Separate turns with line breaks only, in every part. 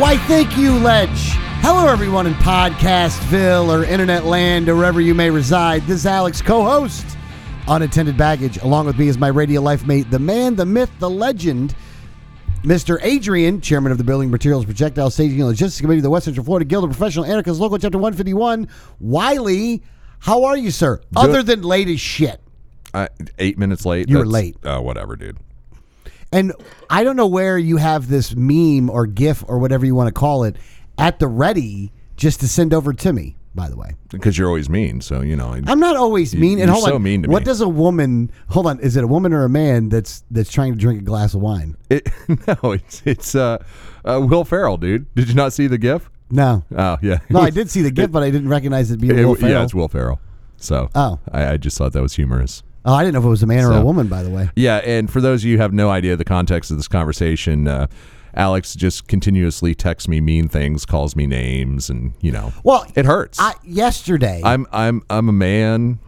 Why, thank you, Ledge. Hello, everyone in Podcastville or Internet Land or wherever you may reside. This is Alex, co host, Unattended Baggage. Along with me is my radio life mate, the man, the myth, the legend, Mr. Adrian, chairman of the Building Materials Projectile Staging and Logistics Committee of the West Central Florida Guild of Professional Anarchists, Local Chapter 151. Wiley, how are you, sir? Other than late as shit.
I, eight minutes late.
You were
That's-
late.
Uh, whatever, dude.
And I don't know where you have this meme or GIF or whatever you want to call it at the ready just to send over to me, by the way.
Because you're always mean, so you know. I-
I'm not always mean. and
you're
hold
so
on,
mean to
what
me.
does a woman? Hold on, is it a woman or a man that's that's trying to drink a glass of wine?
it, no, it's it's uh, uh, Will Ferrell, dude. Did you not see the GIF?
No,
Oh yeah.
no, I did see the gift, but I didn't recognize it being
It-
Will Ferrell.
Yeah, it's Will Ferrell. So
Oh.
I, I just thought that was humorous.
Oh, I didn't know if it was a man or a
So-
woman. By the way,
Yeah, and for those of you who have no idea the context of this conversation, uh, Alex just continuously texts me mean things, calls me names, and you know,
well,
it hurts.
I, yesterday,
I'm I'm I'm a man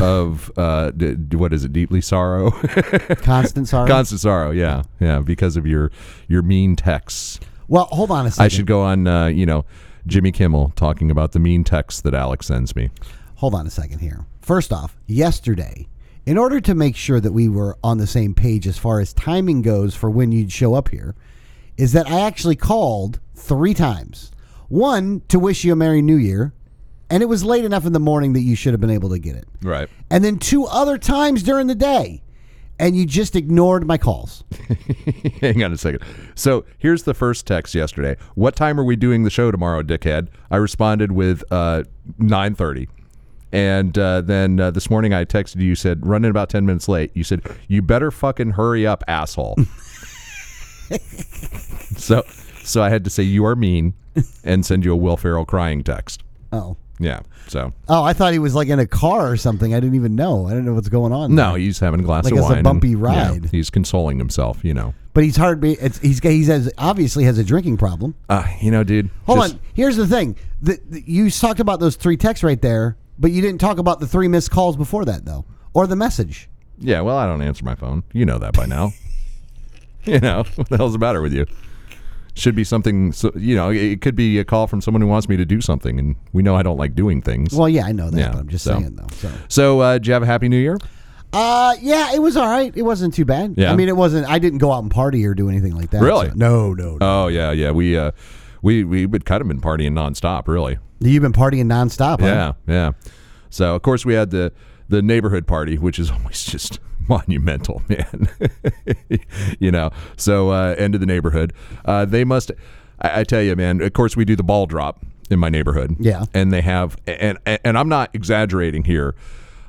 of uh, d- d- what is it? Deeply sorrow,
Constance Hart.
constant sorrow. Yeah, yeah, because of your your mean texts.
well, hold on a second.
I should go on, uh, you know, Jimmy Kimmel talking about the mean texts that Alex sends me.
hold on a second here. First off, yesterday, in order to make sure that we were on the same page as far as timing goes for when you'd show up here, is that I actually called three times. One to wish you a Merry New Year, and it was late enough in the morning that you should have been able to get it.
Right.
And then two other times during the day, and you just ignored my calls.
Hang on a second. So here's the first text yesterday. What time are we doing the show tomorrow, dickhead? I responded with uh, 9.30. And uh, then uh, this morning I texted you, said, run in about 10 minutes late. You said, you better fucking hurry up, asshole. so so I had to say, you are mean, and send you a Will Ferrell crying text.
Oh.
Yeah, so.
Oh, I thought he was like in a car or something. I didn't even know. I don't know what's going on.
No, he's having a glass
Like
of
it's a
wine.
bumpy
and- yeah,
ride.
he's consoling himself, you know.
But he's hard. It's, he's he's has, obviously has a drinking problem.
Uh, you know, dude.
Hold
just-
on. Here's the thing. The, the- you talked about those three texts right there, but you didn't talk about the three missed calls before that, though, or the message.
Yeah, well, I don't answer my phone. You know that by now. you know what the hell's the matter with you? Should be something. So, you know, it could be a call from someone who wants me to do something, and we know I don't like doing things.
Well, yeah, I know that,
Yeah,
but I'm just
so.
saying, though. So,
so, uh, did you have a happy New Year?
uh, yeah, it was all right. It wasn't too bad.
Yeah.
I mean, it wasn't. I didn't go out and party or do anything like that.
Really?
so- No, no. no.
Oh yeah, yeah. We uh, we we would kind of been partying nonstop, really.
You've been partying nonstop. huh?
Yeah, yeah. So of course we had the the neighborhood party, which is always just monumental, man. you know. So uh, end of the neighborhood. Uh, they must. I, I tell you, man. Of course we do the ball drop in my neighborhood.
Yeah.
And they have, and and, and I'm not exaggerating here.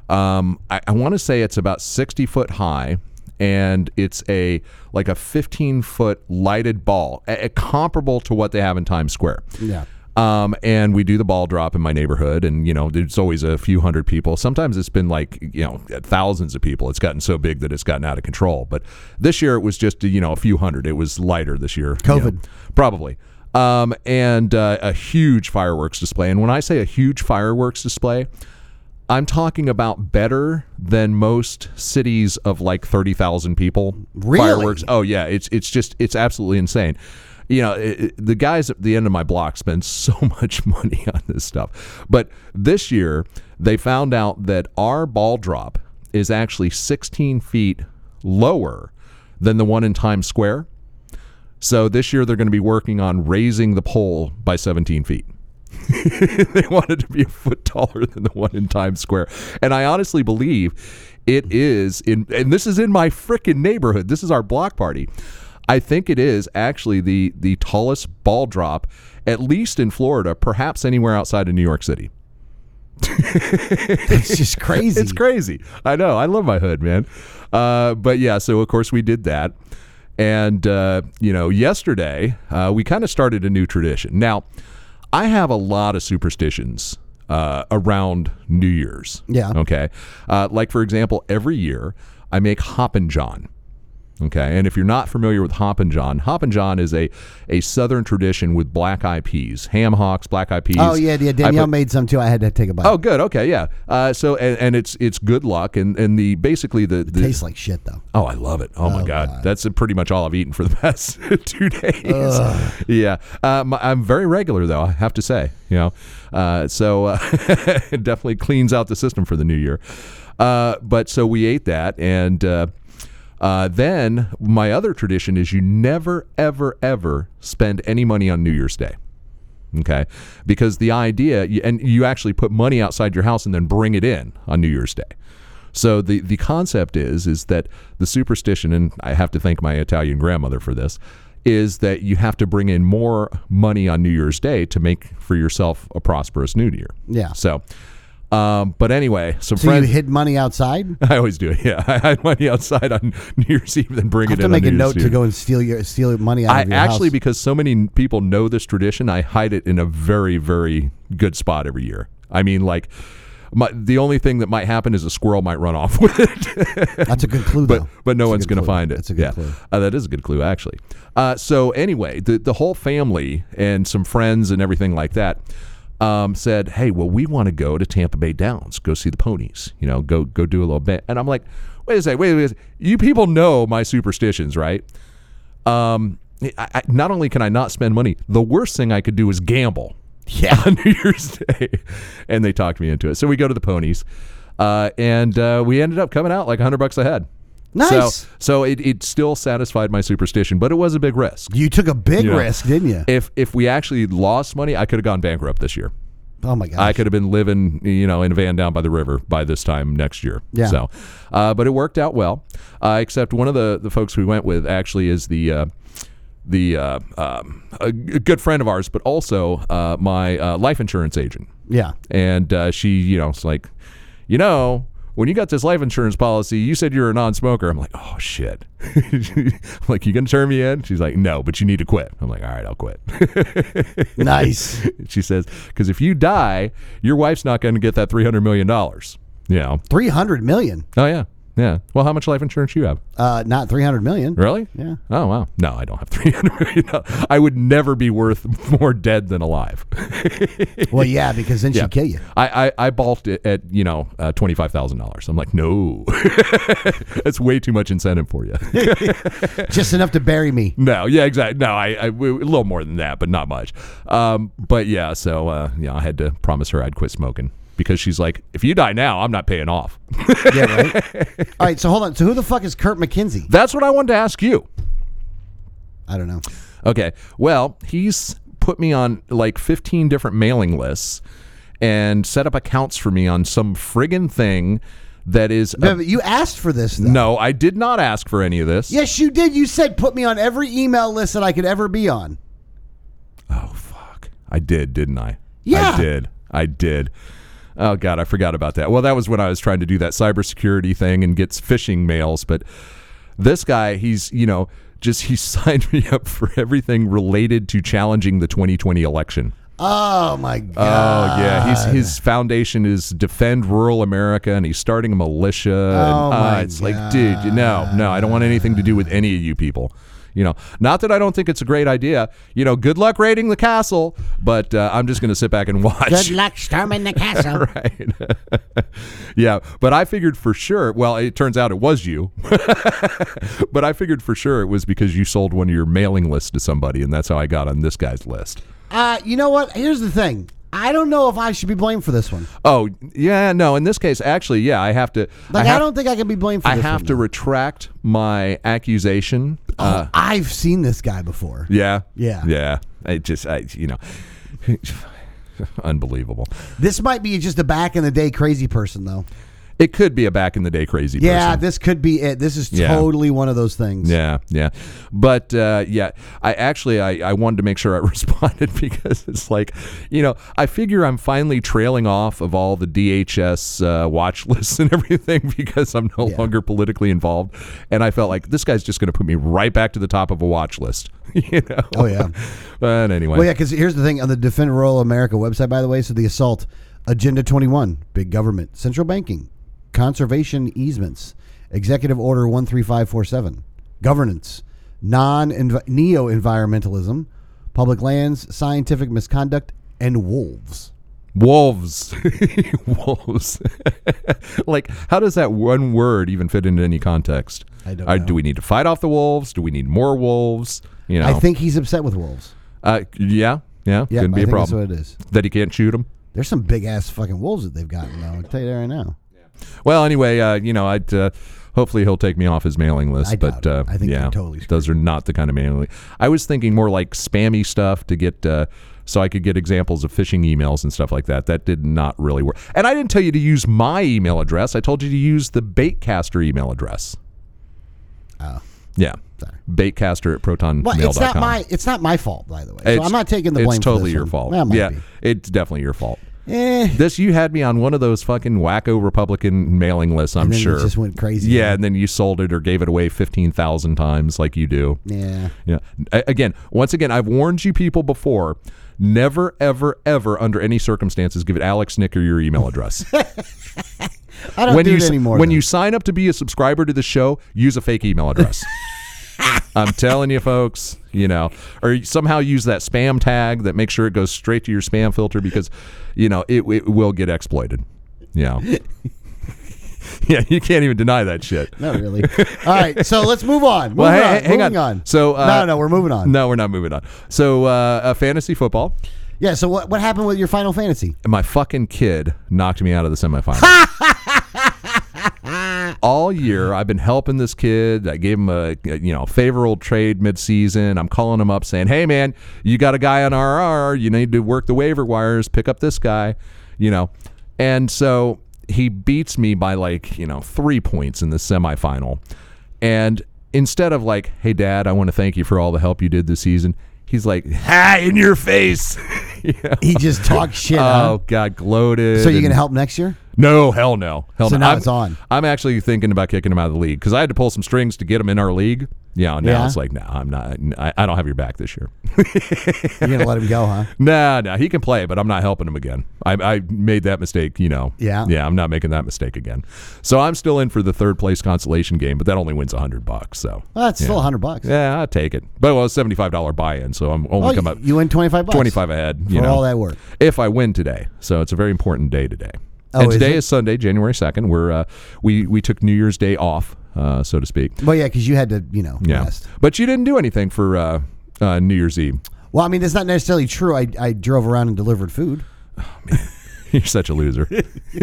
Um, I, I want to say it's about 60 foot high. And it's a like a 15 foot lighted ball, a- a- comparable to what they have in Times Square.
Yeah.
Um, and we do the ball drop in my neighborhood, and you know, there's always a few hundred people. Sometimes it's been like you know, thousands of people. It's gotten so big that it's gotten out of control. But this year it was just you know a few hundred. It was lighter this year. you know,
COVID.
probably. Um, and uh, a huge fireworks display. And when I say a huge fireworks display, I'm talking about better than most cities of like thirty thousand people.
Really?
Fireworks. Oh yeah, it's it's just it's absolutely insane. You know, it, it- the guys at the end of my block spend so much money on this stuff. But this year, they found out that our ball drop is actually 16 feet lower than the one in Times Square. So this year, they're going to be working on raising the pole by 17 feet. they wanted to be a foot taller than the one in Times Square. And I honestly believe it is in and this is in my frickin' neighborhood. This is our block party. I think it is actually the the tallest ball drop, at least in Florida, perhaps anywhere outside of New York City.
It's just crazy.
It's crazy. I know. I love my hood, man. Uh, but yeah, so of course we did that. And, uh, you know, yesterday uh, we kind of started a new tradition. Now, I have a lot of superstitions uh, around New Year's.
Yeah.
Okay. Uh, like, for example, every year I make Hoppin' John. Okay. And if you're not familiar with Hoppin' John, Hoppin' John is a, a southern tradition with black eyed peas, ham hocks, black eyed peas.
Oh yeah, yeah.
I
Danielle
put-
made some too. I had to take a bite.
Oh, good. Okay, yeah. Uh, so and, and it's it's good luck, and and the basically the, the
tastes like shit though.
Oh, I love it. Oh, my God. That's uh, pretty much all I've eaten for the past two days. Yeah. Um, I'm very regular, though, I have to say, you know. Uh, so uh, it definitely cleans out the system for the new year. Uh, but so we ate that. And uh, uh, then my other tradition is you never, ever, ever spend any money on New Year's Day. Okay. Because the idea, and you actually put money outside your house and then bring it in on New Year's Day. So the, the concept is is that the superstition, and I have to thank my Italian grandmother for this, is that you have to bring in more money on New Year's Day to make for yourself a prosperous New Year.
Yeah.
So, um, but anyway, some
So
friends.
you hid money outside.
I always do it. Yeah, I hide money outside on New Year's Eve, then bring
I
it
have
in.
to make
on New
a
Year's
note to
Eve.
go and steal your steal your money out
I
of your
actually,
house.
because so many n- people know this tradition, I hide it in a very, very good spot every year. I mean, like, my, the only thing that might happen is a squirrel might run off with it.
That's a good clue
but
though.
but no
That's a
one's
good
going to
clue.
find it.
That's a good
yeah.
clue.
Uh, that is a good clue, actually. Uh, so anyway, the the whole family and some friends and everything like that um, said, "Hey, well, we want to go to Tampa Bay Downs, go see the ponies. You know, go go do a little bit." And I'm like, "Wait a second, wait, wait, a second. you people know my superstitions, right?" Um, I, I, not only can I not spend money, the worst thing I could do is gamble. Yeah, on New Year's Day, and they talked me into it. So we go to the ponies, uh, and uh, we ended up coming out like hundred bucks a head.
Nice.
So, so it, it still satisfied my superstition, but it was a big risk.
You took a big
Yeah.
risk, didn't you?
If if we actually lost money, I could have gone bankrupt this year.
oh my god.
I could have been living, you know, in a van down by the river by this time next year.
Yeah.
So, uh, but it worked out well. Uh, except one of the the folks we went with actually is the. Uh, the uh, um, a g- a good friend of ours, but also uh, my uh, life insurance agent
yeah.
and uh, she, you know, it's like, you know, when you got this life insurance policy, you said you're a non-smoker. I'm like, oh shit. I'm like, you gonna turn me in? She's like, no, but you need to quit. I'm like, all right, I'll quit.
Nice.
she says, because if you die, your wife's not gonna get that three hundred million dollars. You know?
Three hundred million.
Oh yeah, yeah. Well, how much life insurance you have?
Uh, not three hundred million.
Really?
Yeah.
Oh wow. No, I don't have three hundred million. dollars. I would never be worth more dead than alive.
Well, yeah, because then she'd kill you.
I, I, I balked it at you know uh, twenty five thousand dollars. I'm like, no, that's way too much incentive for you.
Just enough to bury me.
no, yeah, exactly. No, I, I a little more than that, but not much. Um, but yeah, so uh, yeah, I had to promise her I'd quit smoking because she's like, if you die now, I'm not paying off.
Yeah, right. All right, so hold on. So who the fuck is Kurt McKenzie?
that's what I wanted to ask you.
I don't know.
Okay, well, he's put me on like fifteen different mailing lists and set up accounts for me on some friggin' thing that is. a-
Yeah, but you asked for this, though.
no, I did not ask for any of this.
Yes, you did. You said put me on every email list that I could ever be on.
Oh fuck! I did, didn't I?
Yeah.
I did. I did. Oh god, I forgot about that. Well, that was when I was trying to do that cybersecurity thing and get phishing mails. But this guy, he's you know just he signed me up for everything related to challenging the 2020 election.
Oh my
Oh
god.
yeah, he's, his foundation is defend rural America, and he's starting a militia.
Oh,
and, uh,
my
it's like, dude, you- no, no, I don't want anything to do with any of you people. You know, not that I don't think it's a great idea. You know, good luck raiding the castle, but uh, I'm just going to sit back and watch.
luck storming the castle.
Right. yeah, but I figured for sure. Well, it turns out it was you. but I figured for sure it was because you sold one of your mailing lists to somebody, and that's how I got on this guy's list.
uh, you know what? Here's the thing. I don't know if I should be blamed for this one.
Oh yeah, no. In this case, actually, yeah, I have to.
Like
I,
I,
have,
don't think I can be blamed for
I
this
have
one,
to
though.
retract my accusation. Uh,
Oh, I've seen this guy before.
yeah,
Yeah.
yeah. I just, I, you know, unbelievable.
This might be just a back in the day crazy person though.
It could be a back in the day crazy
Yeah,
person.
this could be it. This is
Yeah.
totally one of those things.
Yeah, yeah, but uh, yeah, I actually I, I wanted to make sure I responded because it's like, you know, I figure I'm finally trailing off of all the DHS uh, watch lists and everything because I'm no longer politically involved, and I felt like this guy's just going to put me right back to the top of a watch list, you know.
Oh, yeah.
but anyway,
Well, yeah, because here's the thing on the Defend Rural America website, by the way. So the assault, Agenda 21, big government, central banking, conservation easements, Executive Order 13547, governance, non neo environmentalism, public lands, scientific misconduct, and wolves.
wolves, wolves. like, how does that one word even fit into any context?
I don't
Uh,
know.
Do we need to fight off the wolves? Do we need more wolves? You know,
I think he's upset with wolves.
Uh, yeah, yeah,
Yeah,
couldn't
I
be a
think
problem.
That's what it is.
That he can't shoot him.
There's some big ass fucking wolves that they've gotten, though. I'll tell you that right now.
Well, anyway, uh, you know, I'd uh, hopefully he'll take me off his mailing list.
I
but
doubt it.
uh,
I think
yeah,
they're totally
those are not the kind of mailing. li- I was thinking more like spammy stuff to get. Uh, so I could get examples of phishing emails and stuff like that. That did not really work. And I didn't tell you to use my email address. I told you to use the Baitcaster email address.
Oh.
Yeah. Baitcaster at protonmail.com.
Well, it's not my it's not my fault, by the way. So
It's-
I'm not taking the blame. for
It's
this
totally your
one.
fault.
That might
yeah,
be.
it's definitely your fault.
Eh,
This you had me on one of those fucking wacko Republican mailing lists. I'm
and then
sure.
it just went crazy.
yeah, and then you sold it or gave it away fifteen thousand times, like you do.
Yeah.
Yeah. A- Again, once again, I've warned you people before. Never, ever, ever, under any circumstances, give it Alex Nick or your email address.
I don't
when
do
you
it
s-
anymore.
when
though.
you sign up to be a subscriber to the show, use a fake email address. I'm telling you, folks. You know, or somehow use that spam tag that makes sure it goes straight to your spam filter because, you know, it, it will get exploited. Yeah. yeah, you can't even deny that shit.
Not really. All right, so let's move on.
Well,
moving
hey-
on.
hey- hang
moving
on.
on.
So, uh,
no, no, we're moving on.
No, we're not moving on. So, uh, uh, fantasy football.
Yeah. So what what happened with your Final Fantasy?
my fucking kid knocked me out of the semifinals. All year, I've been helping this kid. I gave him a you know favorable trade midseason. I'm calling him up saying, "Hey man, you got a guy on RR. You need to work the waiver wires. Pick up this guy." You know, and so he beats me by like you know three points in the semifinal. And instead of like, "Hey dad, I want to thank you for all the help you did this season," he's like, "Ha, in your face." You know?
He just talked shit. huh?
Oh God, gloated.
So you're
and-
gonna help next year?
No, hell no, hell
So
no.
now
I'm,
it's on.
I'm actually thinking about kicking him out of the league because I had to pull some strings to get him in our league. Yeah, now
Yeah.
it's like, no, I'm not. I, I don't have your back this year.
You're gonna let him go, huh?
Nah, nah, he can play, but I'm not helping him again. I, I made that mistake, you know.
Yeah.
yeah, I'm not making that mistake again. So I'm still in for the third place consolation game, but that only wins hundred bucks. So
Well, that's still still hundred bucks.
yeah, I take it. But well, it's seventy five dollar buy in, so I'm only
Oh,
come
you,
up
you win twenty five bucks.
twenty five ahead.
for
You know,
all that work.
if I win today. So it's a very important day today.
Oh,
and
is
today
it?
is, Sunday, January second. We're uh, we we took New Year's Day off, uh, so to speak.
Well, yeah, because you had to, you know,
Yeah,
rest.
but you didn't do anything for uh, uh, New Year's Eve.
Well, I mean, it's not necessarily true. I, I drove around and delivered food.
You're such a loser.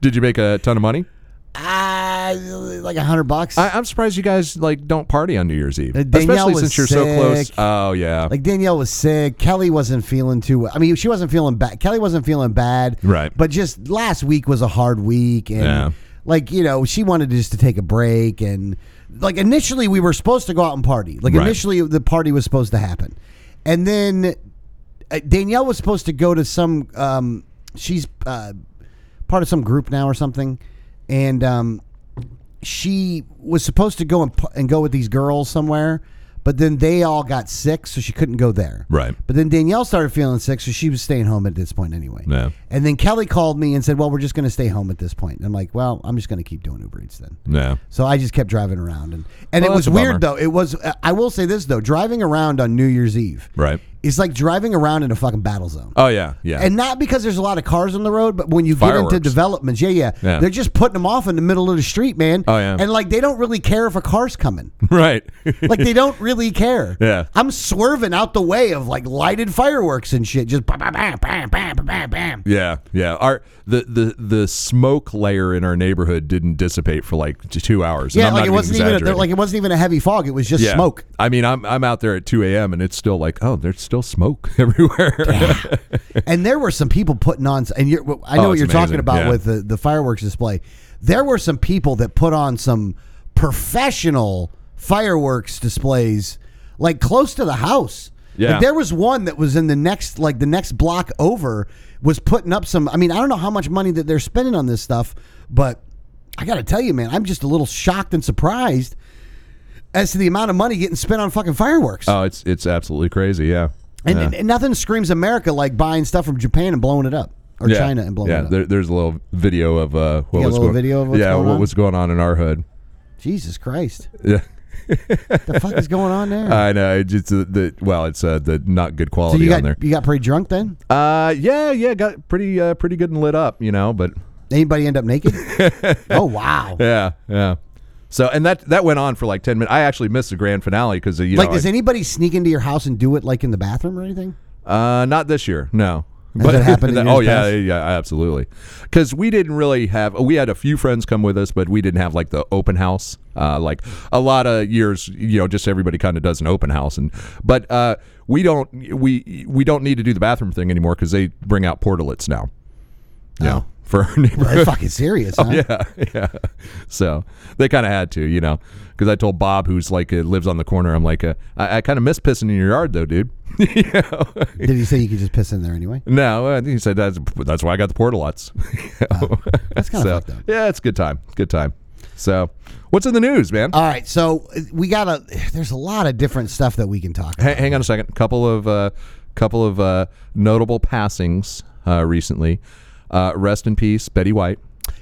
Did you make a ton of money?
Ah, like a hundred bucks.
I, I'm surprised you guys like don't party on New Year's Eve,
Uh, Danielle
especially
was
since you're so close.
sick.
Oh yeah,
Like Danielle was sick. Kelly wasn't feeling too. well. I mean, she wasn't feeling bad. Kelly wasn't feeling bad.
Right.
But just last week was a hard week, and
Yeah.
like you know, she wanted just to take a break, and like initially we were supposed to go out and party. Like
Right.
initially the party was supposed to happen, and then uh, Danielle was supposed to go to some. Um, she's uh, part of some group now or something, and um, she was supposed to go and, pu- and go with these girls somewhere, but then they all got sick, so she couldn't go there.
Right.
But then Danielle started feeling sick, so she was staying home at this point anyway.
Yeah.
And then Kelly called me and said, "Well, we're just going to stay home at this point." And I'm like, "Well, I'm just going to keep doing Uber Eats then."
yeah.
So I just kept driving around, and and
Well,
it
Oh, that's
was
a
weird
bummer.
though. It was. uh, I will say this though: driving around on New Year's Eve,
Right.
is like driving around in a fucking battle zone.
Oh yeah, yeah.
And not because there's a lot of cars on the road, but when you get
Fireworks.
into developments, yeah, yeah,
Yeah.
they're just putting them off in the middle of the street, man.
Oh, yeah.
and like they don't really care if a car's coming.
right.
Like they don't really care.
Yeah.
I'm swerving out the way of like lighted fireworks and shit. Just bam, bam, bam, bam, bam, bam, bam.
Yeah, yeah. Our the, the the smoke layer in our neighborhood didn't dissipate for like j- two hours. and
Yeah,
I'm
like
not
it wasn't even a,
exaggerating.
like it wasn't even a heavy fog. It was just
Yeah.
smoke.
I mean, I'm I'm out there at 2 a.m. and it's still like, oh, there's still smoke everywhere.
and there were some people putting on. And you're, well, I know
Oh,
what
it's
you're talking
amazing,
about
yeah.
with the, the fireworks display. There were some people that put on some professional fireworks displays, like close to the house.
Yeah.
Like there was one that was in the next, like the next block over, was putting up some. I mean, I don't know how much money that they're spending on this stuff, but I got to tell you, man, I'm just a little shocked and surprised as to the amount of money getting spent on fucking fireworks.
oh, it's it's absolutely crazy. Yeah.
And,
yeah.
and, and nothing screams America like buying stuff from Japan and blowing it up, or
Yeah.
China and blowing
yeah,
it up.
there, there's a little video of uh, what
got a
was
little
going,
video of what's
yeah,
going
what
on?
was going on in our hood.
Jesus Christ,
Yeah,
the fuck is going on there?
I know. It's just the, the well, it's uh, the not good
so
quality
you
on
got
there.
you got pretty drunk then?
Uh, yeah, yeah, got pretty uh, pretty good and lit up, you know. But
Anybody end up naked? oh wow!
yeah, yeah. So and that that went on for like ten minutes. I actually missed the grand finale because you
Like,
know,
does
I-
anybody sneak into your house and do it like in the bathroom or anything?
Uh, not this year, no.
that happened in
oh
years
yeah,
past?
yeah, absolutely. Because we didn't really have. We had a few friends come with us, but we didn't have like the open house. Uh, like a lot of years, you know, just everybody kind of does an open house, and but uh, we don't we we don't need to do the bathroom thing anymore because they bring out portalets now. Yeah, for our neighborhood.
Oh. That's fucking serious, huh?
Oh, yeah, yeah. So they kind of had to, you know, because I told Bob, who's like uh, lives on the corner, I'm like, uh, I, I kind of miss pissing in your yard though, dude. you know?
Did he say you could just piss in there anyway?
No, uh, he said that's that's why I got the portalots.
That's kind
so
of fucked up.
yeah, it's a good time, good time. So, what's in the news, man?
All right, so uh, we got a. There's a lot of different stuff that we can talk. about.
Ha- hang on a second. Couple of uh, couple of uh, notable passings uh, recently. Uh, rest in peace, Betty White.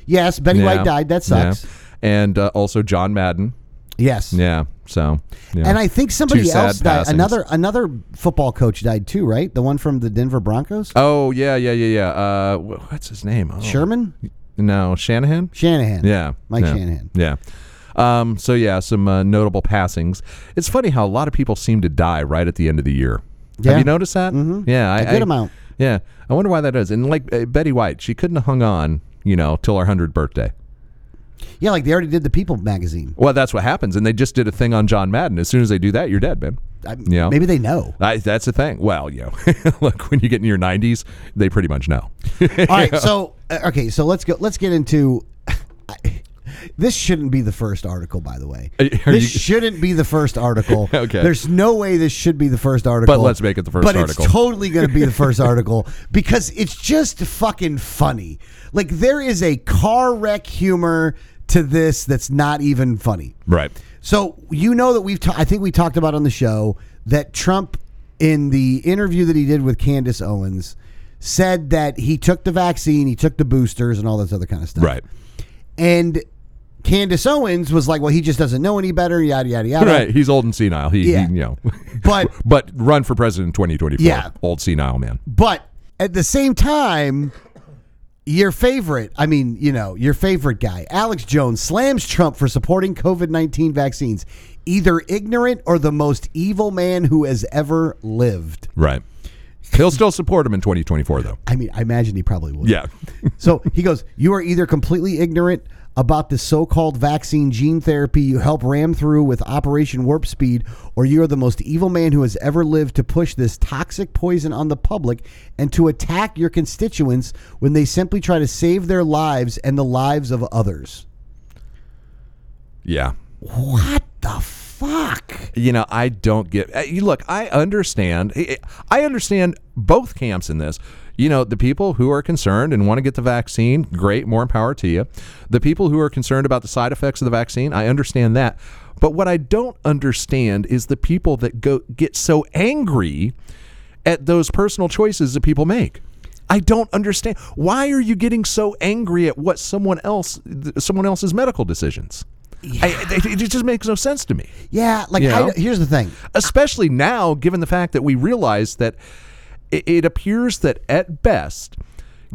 Yes, Betty
Yeah.
White died. That
Yeah.
sucks.
And uh, also John Madden.
Yes.
Yeah. So. Yeah.
And I think somebody
sad
else died.
passings.
Another another football coach died too, right? The one from the Denver Broncos,
Oh yeah, yeah, yeah, yeah. Uh, wh- what's his name? Oh.
Sherman
No, Shanahan.
Shanahan.
Yeah,
Mike
yeah,
Shanahan.
Yeah. Um, so yeah, some uh, notable passings. It's funny how a lot of people seem to die right at the end of the year.
Yeah.
Have you noticed that? Mm-hmm. Yeah, I-
A good
I-
amount.
Yeah, I wonder why that is. And like uh, Betty White, she couldn't have hung on, you know, till her hundredth birthday.
Yeah, like they already did the People magazine.
Well, that's what happens. And they just did a thing on John Madden. As soon as they do that, you're dead, man.
I,
Yeah.
Maybe they know.
I, that's the thing. Well, you know, look, when you get in your 90s, they pretty much know.
All right, so uh, okay, so let's go. Let's get into. I, this shouldn't be the first article, by the way.
Are you- are
this
you-
shouldn't be the first article.
Okay.
There's no way this should be the first article.
But let's make it the first
But
article.
it's totally going to be the first article because it's just fucking funny. Like there is a car wreck humor to this that's not even funny.
right.
So you know that we've ta- I think we talked about on the show that Trump in the interview that he did with Candace Owens said that he took the vaccine, he took the boosters and all this other kind of stuff.
Right.
And Candace Owens was like, "Well, he just doesn't know any better, yada yada yada."
Right. He's old and senile. He,
Yeah.
he you know.
But
but run for president in 2024.
Yeah.
Old senile man.
but at the same time, your favorite, I mean, you know, your favorite guy, Alex Jones, slams Trump for supporting COVID 19 vaccines, either ignorant or the most evil man who has ever lived.
Right. He'll still support him in 2024, though.
I mean, I imagine he probably would.
Yeah.
So he goes, You are either completely ignorant about the so called vaccine gene therapy you help ram through with Operation Warp Speed, or you are the most evil man who has ever lived to push this toxic poison on the public and to attack your constituents when they simply try to save their lives and the lives of others.
Yeah.
What the fuck?
You know, I don't get. uh, you- Look, I understand. I- I understand both camps in this. You know, the people who are concerned and want to get the vaccine, great, more power to you. The people who are concerned about the side effects of the vaccine, I understand that. But what I don't understand is the people that go get so angry at those personal choices that people make. I don't understand. Why are you getting so angry at what someone else, th- someone else's medical decisions? I, it, it just makes no sense to me
Yeah, like,
Yeah.
I, here's the thing.
especially now given the fact that we realize that it, it appears that at best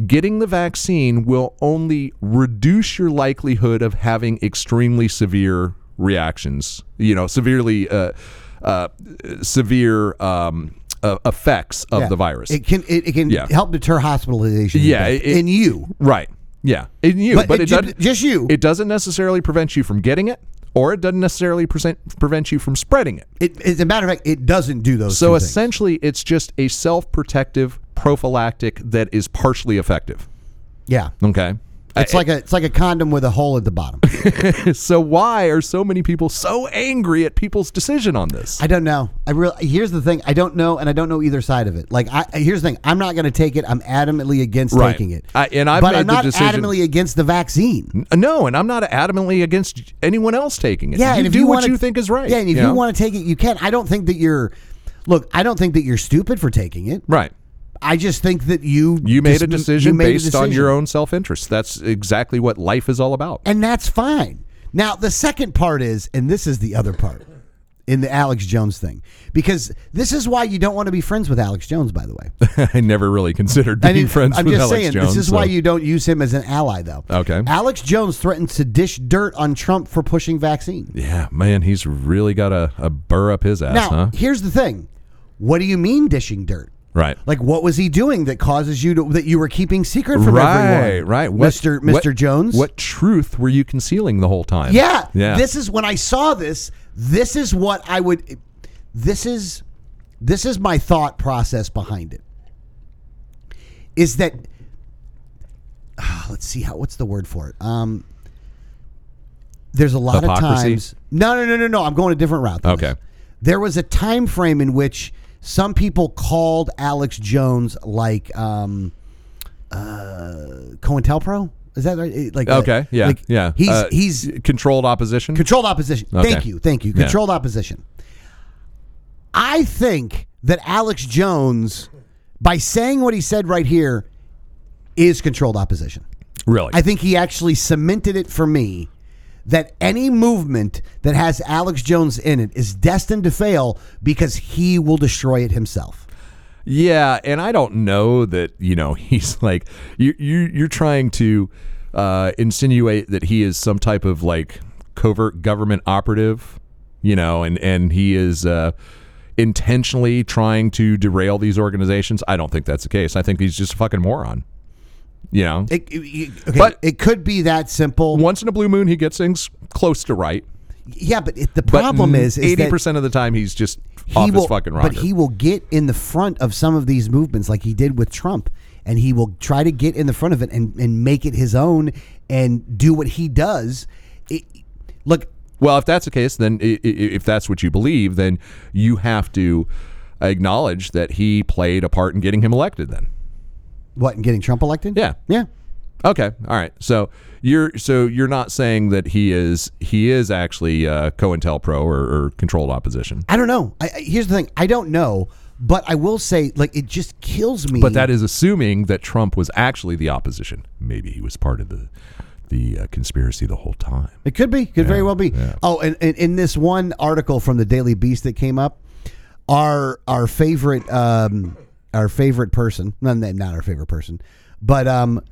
getting the vaccine will only reduce your likelihood of having extremely severe reactions you know severely uh, uh, severe um, uh, effects of
Yeah.
the virus
It can it, it can
Yeah.
help deter hospitalization.
Yeah,
in,
it- it-
you.
right yeah in you
But
but,
it
it,
ju-
doesn't
just you.
it doesn't necessarily prevent you from getting it or it doesn't necessarily present, prevent you from spreading it.
It, as a matter of fact, it doesn't do those.
So
two things.
essentially, it's just a self protective prophylactic that is partially effective.
yeah,
Okay.
it's like a it's like a condom with a hole at the bottom.
So why are so many people so angry at people's decision on this?
I don't know. I real here's the thing. I don't know, and I don't know either side of it. Like, I here's the thing. I'm not going to take it. I'm adamantly against
Right.
taking it.
I- and I've
but
made
I'm
the
not
decision-
adamantly against the vaccine.
Uh, no, and I'm not adamantly against anyone else taking it.
Yeah,
you
and if
do
you
what
wanna,
you think is right.
Yeah, and if you,
know?
want to take it, you can. I don't think that you're. Look, I don't think that you're stupid for taking it.
right.
I just think that you
You made
dis-
a decision
you made a
based on your
decision.
own self interest. That's exactly what life is all about.
and that's fine. Now, the second part is, and this is the other part in the Alex Jones thing, because this is why you don't want to be friends with Alex Jones, by the way.
I never really considered
I
being
mean,
friends
I'm
with
just
Alex
saying,
Jones.
this is
so-
why you don't use him as an ally, though.
Okay.
Alex Jones threatened to dish dirt on Trump for pushing vaccine.
Yeah, man, he's really got a, a burr up his ass,
now,
huh?
here's the thing. What do you mean dishing dirt?
Right.
Like, what was he doing that causes you to, that you were keeping secret from
Right,
everyone?
right.
Mister Mister
what-
Jones.
What truth were you concealing the whole time?
Yeah.
Yeah.
This is when I saw this. This is what I would. This is this is my thought process behind it. Is that Ah, let's see how what's the word for it? Um, there's a lot of
Hypocrisy?
times. No, no, no, no, no. I'm going a different route. than
Okay.
this. There was a time frame in which some people called Alex Jones like um, uh, COINTELPRO. Is that right? It- Like
Okay. Yeah.
like,
yeah.
He's
Uh,
he's
controlled opposition.
Controlled opposition.
Okay.
Thank you. Thank you.
Yeah.
Controlled opposition. I think that Alex Jones, by saying what he said right here, is controlled opposition.
really.
I think he actually cemented it for me that any movement that has Alex Jones in it is destined to fail because he will destroy it himself.
Yeah, and I don't know that you know he's like you you you're trying to uh, insinuate that he is some type of like covert government operative, you know, and and he is uh, intentionally trying to derail these organizations. I don't think that's the case. I think he's just a fucking moron. You know,
It, it- it- okay,
But-
it could be that simple.
once in a blue moon, he gets things close to right.
yeah, but it, the
But
problem is, is
eighty
that
percent of the time he's just off his fucking rocker.
But he will get in the front of some of these movements, like he did with Trump, and he will try to get in the front of it and, and make it his own and do what he does. It, look,
Well, if that's the case, then i- i- if that's what you believe, then you have to acknowledge that he played a part in getting him elected. Then,
what in getting Trump elected?
Yeah.
yeah.
okay, all right. So you're so you're not saying that he is he is actually uh, COINTELPRO or, or controlled opposition,
I don't know. I, I- here's the thing: I don't know, but I will say, like, it just kills me.
but that is assuming that Trump was actually the opposition. Maybe he was part of the the uh, conspiracy the whole time.
It could be. Could very well be. Oh, and, and in this one article from the Daily Beast that came up, our our favorite um our favorite person, no, no, not our favorite person, but um.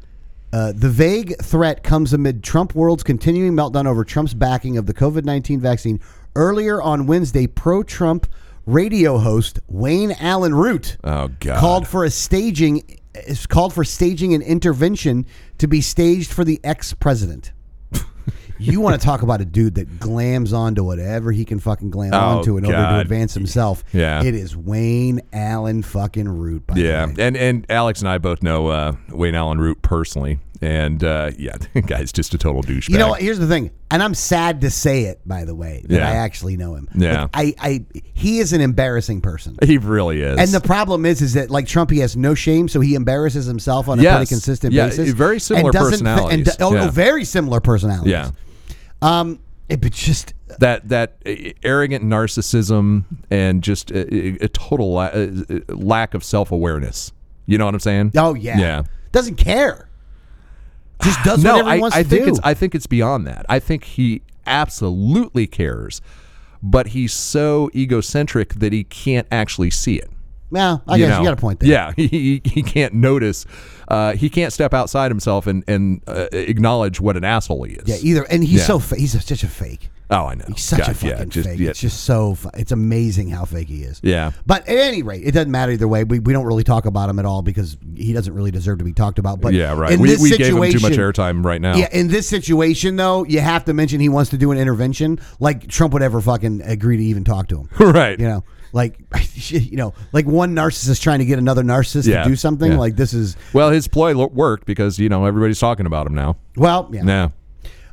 Uh, the vague threat comes amid Trump world's continuing meltdown over Trump's backing of the COVID 19 vaccine. Earlier on Wednesday, pro Trump radio host Wayne Allen Root
Oh, God.
called for a staging is called for staging an intervention to be staged for the ex president. You want to talk about a dude that glams onto whatever he can fucking glam onto in order to
Oh, God.
advance himself.
Yeah.
It is Wayne Allen fucking Root, by
Yeah,
the way.
and and Alex and I both know uh, Wayne Allen Root personally, and uh, yeah, the guy's just a total douchebag.
You know what? Here's the thing, and I'm sad to say it, by the way, that
Yeah.
I actually know him.
Yeah.
Like, I, I, he is an embarrassing person.
He really is.
And the problem is, is that like Trump, he has no shame, so he embarrasses himself on a
Yes.
pretty consistent
Yeah,
basis.
very similar
and doesn't thi- And do-
personalities.
oh, no,
Yeah.
very similar personalities.
yeah,
Um, it, but just
that that uh, arrogant narcissism and just a, a- a total la- uh, uh, lack of self awareness. You know what I'm saying?
oh yeah,
Yeah.
doesn't care. Just does
no,
whatever
I,
he wants
I
to
think
do.
it's I think it's beyond that. I think he absolutely cares, but he's so egocentric that he can't actually see it.
well, I guess
know?
you got a point there.
Yeah, he, he, he can't notice. Uh, he can't step outside himself and and uh, acknowledge what an asshole he is.
Yeah, either, and he's
Yeah.
so fa- he's a- such a fake.
Oh, I know.
He's such a
God,
fucking
yeah, just-
fake.
yeah.
It's just so. Fu- it's amazing how fake he is.
Yeah.
But at any rate, it doesn't matter either way. We, we don't really talk about him at all because he doesn't really deserve to be talked about. But
yeah, right.
In
We,
this
we gave
situation,
him too much airtime right now.
Yeah, in this situation though, you have to mention he wants to do an intervention. Like Trump would ever fucking agree to even talk to him.
right.
You know, like you know, like one narcissist trying to get another narcissist
Yeah,
to do something.
yeah.
Like this is
Well, his ploy lo- worked because you know everybody's talking about him now.
well, yeah.
Yeah.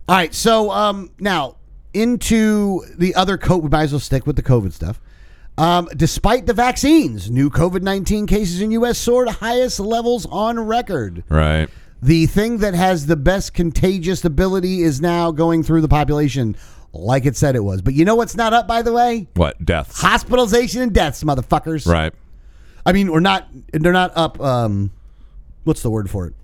All right, so um, now into the other COVID. We might as well stick with the COVID stuff. Um, despite the vaccines, new COVID nineteen cases in U.S. soared to highest levels on record.
Right.
The thing that has the best contagious ability is now going through the population, like it said it was. But you know what's not up, by the way?
What deaths?
Hospitalization and deaths, motherfuckers.
Right.
I mean, we're not. They're not up. Um, what's the word for it?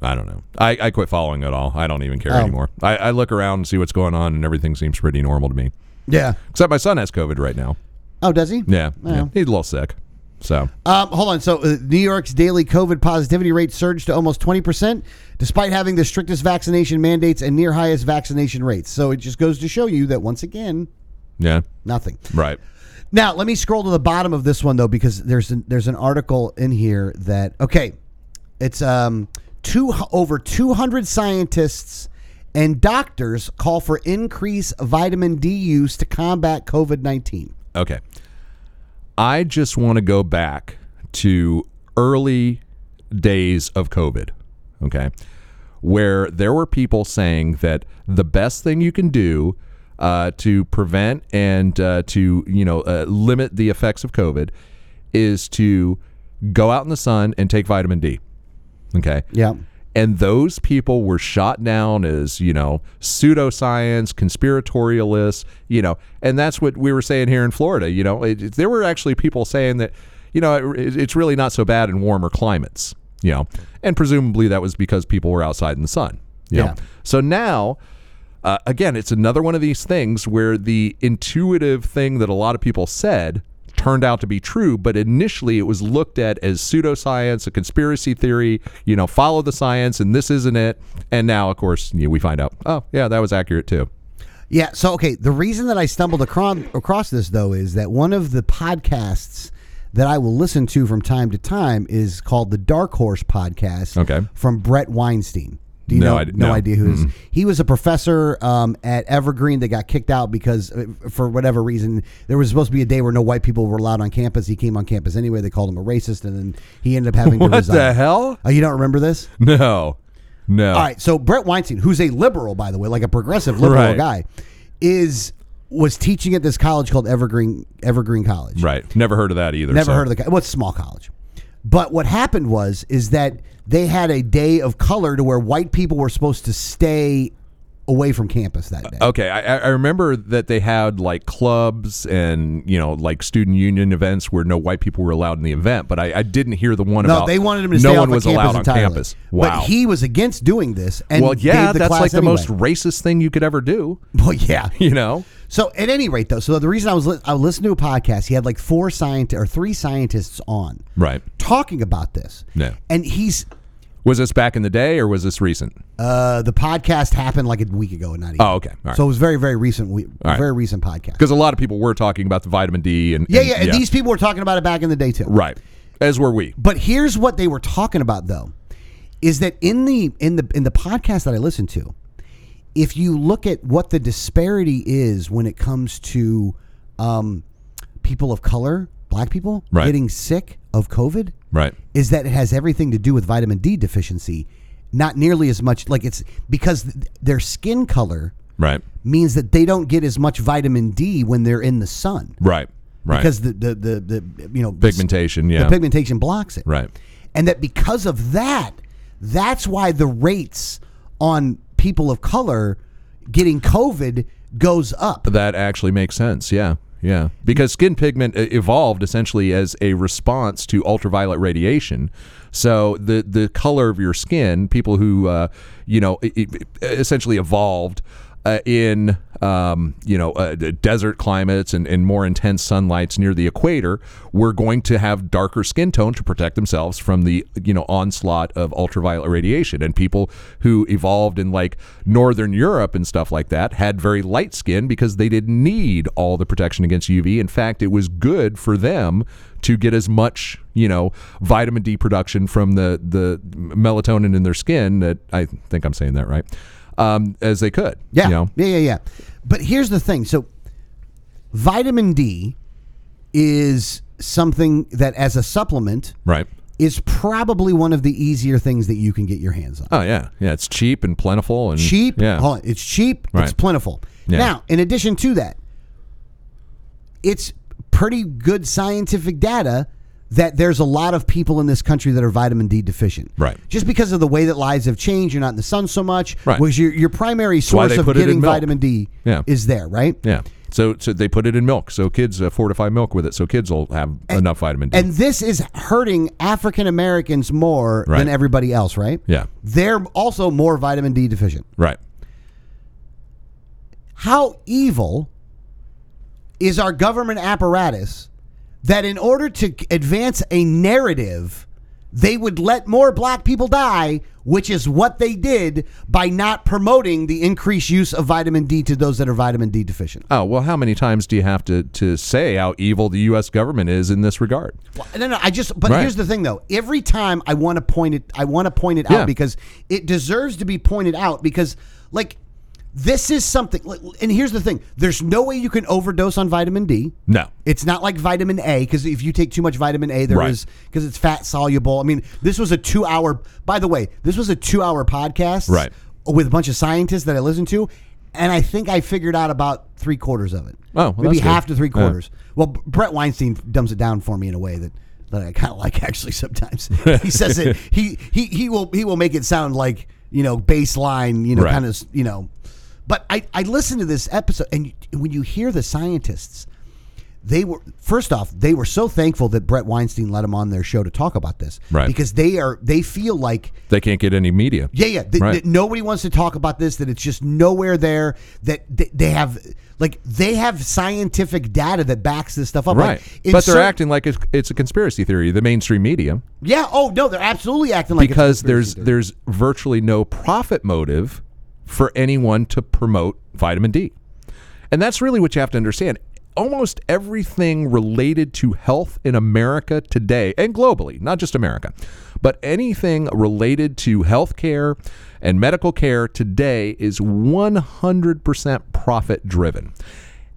I don't know. I, I quit following it all. I don't even care
Oh.
anymore. I, I look around and see what's going on, and everything seems pretty normal to me.
Yeah.
Except my son has COVID right now.
Oh, does he?
Yeah. yeah. He's a little sick. So
Um, hold on. So, uh, New York's daily COVID positivity rate surged to almost 20%, despite having the strictest vaccination mandates and near highest vaccination rates. So, it just goes to show you that once again,
yeah.
nothing.
Right.
Now, let me scroll to the bottom of this one though, because there's an, there's an article in here that okay, it's um two over 200 scientists and doctors call for increased vitamin D use to combat COVID 19.
Okay. I just want to go back to early days of COVID, okay, where there were people saying that the best thing you can do uh, to prevent and uh, to you know uh, limit the effects of COVID is to go out in the sun and take vitamin D. Okay.
Yeah.
And those people were shot down as, you know, pseudoscience, conspiratorialists, you know. And that's what we were saying here in Florida, you know. It, it- there were actually people saying that, you know, it, it's really not so bad in warmer climates, you know. And presumably that was because people were outside in the sun, you
Yeah.
know. So now, uh, again, it's another one of these things where the intuitive thing that a lot of people said turned out to be true, but initially it was looked at as pseudoscience, a conspiracy theory, you know, follow the science and this isn't it. And now, of course, you know, we find out, oh, yeah, that was accurate too.
Yeah. So, okay. The reason that I stumbled across, across this, though, is that one of the podcasts that I will listen to from time to time is called the Dark Horse Podcast.
Okay.
From Brett Weinstein. Do you
No,
know?
I d-
no,
no.
idea who is. He was a professor um, at Evergreen that got kicked out because, uh, for whatever reason, there was supposed to be a day where no white people were allowed on campus. He came on campus anyway. They called him a racist, and then he ended up having to
What
resign.
the hell?
Oh, you don't remember this?
No, no.
All right, so Brett Weinstein, who's a liberal, by the way, like a progressive liberal
Right.
guy, is was teaching at this college called Evergreen Evergreen College.
Right. Never heard of that either.
Never heard of the co- well, it's a small college. But what happened was is that they had a day of color to where white people were supposed to stay away from campus that day.
Okay, I, I- I remember that they had like clubs and you know like student union events where no white people were allowed in the event, but I, I didn't hear the one
no,
about
they wanted him to
uh, no
stay
one
off of
was
campus
allowed on
entirely.
campus. Wow.
But he was against doing this and
well, yeah,
gave the
that's
class
like the
anyway.
most racist thing you could ever do.
Well, yeah.
You know,
So at any rate, though, so the reason I was li- I listened to a podcast, he had like four scientists or three scientists on
right?
talking about this.
Yeah.
and he's
Was this back in the day or was this recent?
uh, the podcast happened like a week ago, not even.
Oh, okay, all right.
So it was very very recent, we-
right.
very recent podcast.
Because a lot of people were talking about the vitamin D and
Yeah,
and-
yeah, and These people were talking about it back in the day too.
right, as were we.
But here's what they were talking about though, is that in the in the in the podcast that I listened to, if you look at what the disparity is when it comes to um, people of color, black people
Right.
getting sick of COVID,
Right,
is that it has everything to do with vitamin D deficiency, not nearly as much like it's because th- their skin color
right,
means that they don't get as much vitamin D when they're in the sun
right, right.
because the the, the the you know
pigmentation, yeah,
the pigmentation blocks it.
Right.
And that because of that, that's why the rates on people of color getting COVID goes up.
That actually makes sense. Yeah. Yeah. Because skin pigment uh, evolved essentially as a response to ultraviolet radiation. So the the color of your skin, people who uh, you know, e- e- essentially evolved uh, in um, you know uh, d- desert climates and, and more intense sunlights near the equator were going to have darker skin tone to protect themselves from the you know onslaught of ultraviolet radiation and people who evolved in like northern Europe and stuff like that had very light skin because they didn't need all the protection against UV in fact it was good for them to get as much you know vitamin D production from the the melatonin in their skin that I think I'm saying that right um, as they could
Yeah.
you know?
Yeah, yeah, yeah. But here's the thing. So vitamin D is something that as a supplement
Right.
is probably one of the easier things that you can get your hands on.
Oh yeah, yeah. It's cheap and plentiful and
cheap.
Yeah.
Hold on, It's cheap. It's
Right.
plentiful.
Yeah.
Now, in addition to that, it's pretty good scientific data that there's a lot of people in this country that are vitamin D deficient.
Right.
Just because of the way that lives have changed, you're not in the sun so much.
Right.
Was your your primary
why
source
they
of
put it in
getting
milk.
vitamin D
Yeah.
is there, right?
Yeah. So so they put it in milk, so kids uh, fortify milk with it, so kids will have enough vitamin D.
And this is hurting African Americans more
Right.
than everybody else, right?
yeah.
They're also more vitamin D deficient.
Right.
how evil is our government apparatus that in order to advance a narrative they would let more black people die which is what they did by not promoting the increased use of vitamin D to those that are vitamin D deficient
Oh well, how many times do you have to to say how evil the U.S. government is in this regard?
Well, no no I just but
Right.
here's the thing though every time I want to point it I want to point it
Yeah.
out because it deserves to be pointed out because like this is something like, and here's the thing there's no way you can overdose on vitamin D
No.
It's not like vitamin A because if you take too much vitamin A, there
Right.
is because it's fat soluble. I mean, this was a two hour. By the way, this was a two hour podcast,
Right.
With a bunch of scientists that I listened to, and I think I figured out about three quarters of it.
Oh, well,
maybe
that's good.
half to three
Yeah.
quarters. Well, B- Brett Weinstein dumbs it down for me in a way that. That I kind of like actually sometimes. He says it. He he he will he will make it sound like you know baseline. You know
Right.
kind of you know. But I I listened to this episode and you, when you hear the scientists, they were first off they were so thankful that Brett Weinstein let them on their show to talk about this
Right.
because they are they feel like
They can't get any media.
yeah yeah that-
Right.
that nobody wants to talk about this that it's just nowhere there that they, they have like they have scientific data that backs this stuff up
Right.
like, in
but they're
cer-
acting like it's, it's a conspiracy theory. The mainstream media.
yeah oh no they're absolutely acting like it's a
because
conspiracy
there's
theory.
there's virtually no profit motive for anyone to promote vitamin D. And that's really what you have to understand. Almost everything related to health in America today and globally, not just America, but anything related to health care and medical care today is 100% profit driven.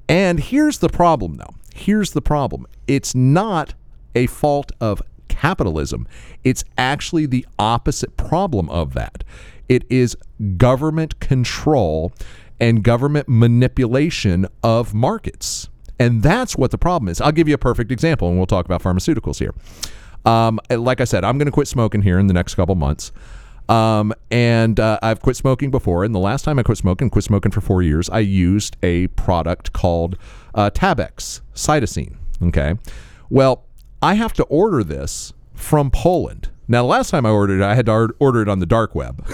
And here's the problem, though. Here's the problem it's not a fault of capitalism, it's actually the opposite problem of that. It is government control and government manipulation of markets. And that's what the problem is. I'll give you a perfect example, and we'll talk about pharmaceuticals here. Um, like I said, I'm going to quit smoking here in the next couple months. Um, and uh, I've quit smoking before. And the last time I quit smoking, quit smoking for four years, I used a product called uh, Tabex, cytosine. Okay. Well, I have to order this from Poland. Now, the last time I ordered it, I had to ar- order it on the dark web.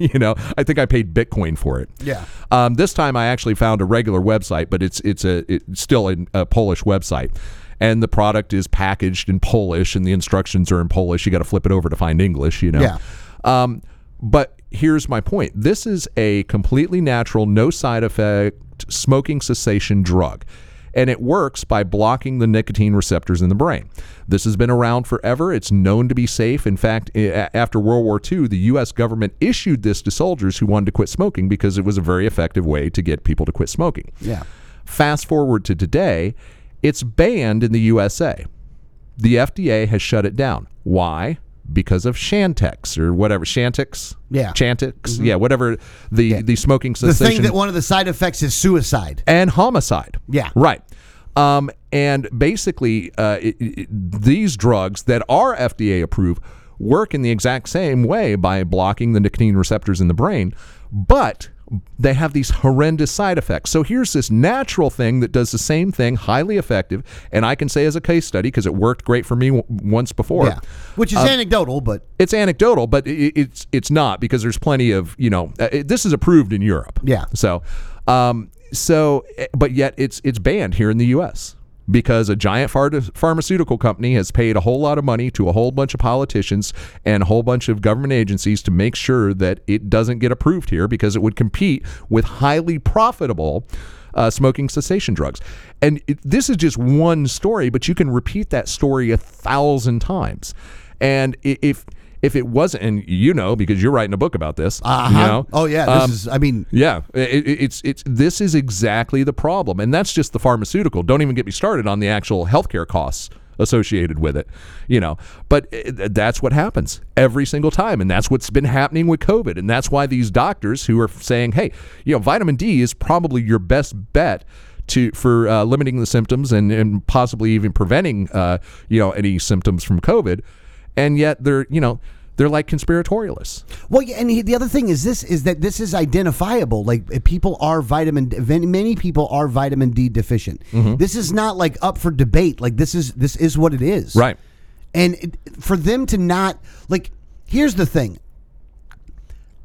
you know, I think I paid Bitcoin for it.
Yeah.
Um, this time I actually found a regular website, but it's it's a it's still an- a Polish website, and the product is packaged in Polish, and the instructions are in Polish. You got to flip it over to find English, you know.
Yeah.
Um, but here's my point: this is a completely natural, no side effect smoking cessation drug. And it works by blocking the nicotine receptors in the brain. This has been around forever. It's known to be safe. In fact, i- a- after World War II, the U.S. government issued this to soldiers who wanted to quit smoking because it was a very effective way to get people to quit smoking.
yeah
Fast forward to today, it's banned in the USA. The FDA has shut it down. Why? Because of Shantix or whatever Shantix,
Yeah. Mm-hmm.
Chantix, yeah, whatever the the smoking
the
cessation
thing that one of the side effects is suicide
and homicide.
Yeah.
Right. Um, and basically, uh, it, it- these drugs that are FDA approved work in the exact same way by blocking the nicotine receptors in the brain, but they have these horrendous side effects. So here's this natural thing that does the same thing, highly effective, and I can say as a case study because it worked great for me w- once before.
Yeah. Which is anecdotal, but
It's anecdotal, but i- i it's it's not because there's plenty of you know uh, it, this is approved in Europe.
Yeah.
So, um, so eh, but yet it's it's banned here in the U.S. because a giant phar- pharmaceutical company has paid a whole lot of money to a whole bunch of politicians and a whole bunch of government agencies to make sure that it doesn't get approved here because it would compete with highly profitable. Uh, smoking cessation drugs. And it, this is just one story, but you can repeat that story a thousand times. And i- if if it wasn't, and you know, because you're writing a book about this, you
uh-huh.
know, um,
oh yeah, this is. I mean,
yeah, it, it- it's it's this is exactly the problem, and that's just the pharmaceutical. Don't even get me started on the actual healthcare costs associated with it, you know. But uh, that's what happens every single time, and that's what's been happening with COVID, and that's why these doctors who are saying, "Hey, you know, vitamin D is probably your best bet." To, for uh, limiting the symptoms and, and possibly even preventing uh, you know any symptoms from COVID, and yet they're you know they're like conspiratorialists.
Well, yeah, and he, the other thing is this is that this is identifiable. Like if people are vitamin, D- ven- many people are vitamin D deficient. This is not like up for debate. Like this is this is what it is.
Right.
And it, for them to not like, here's the thing.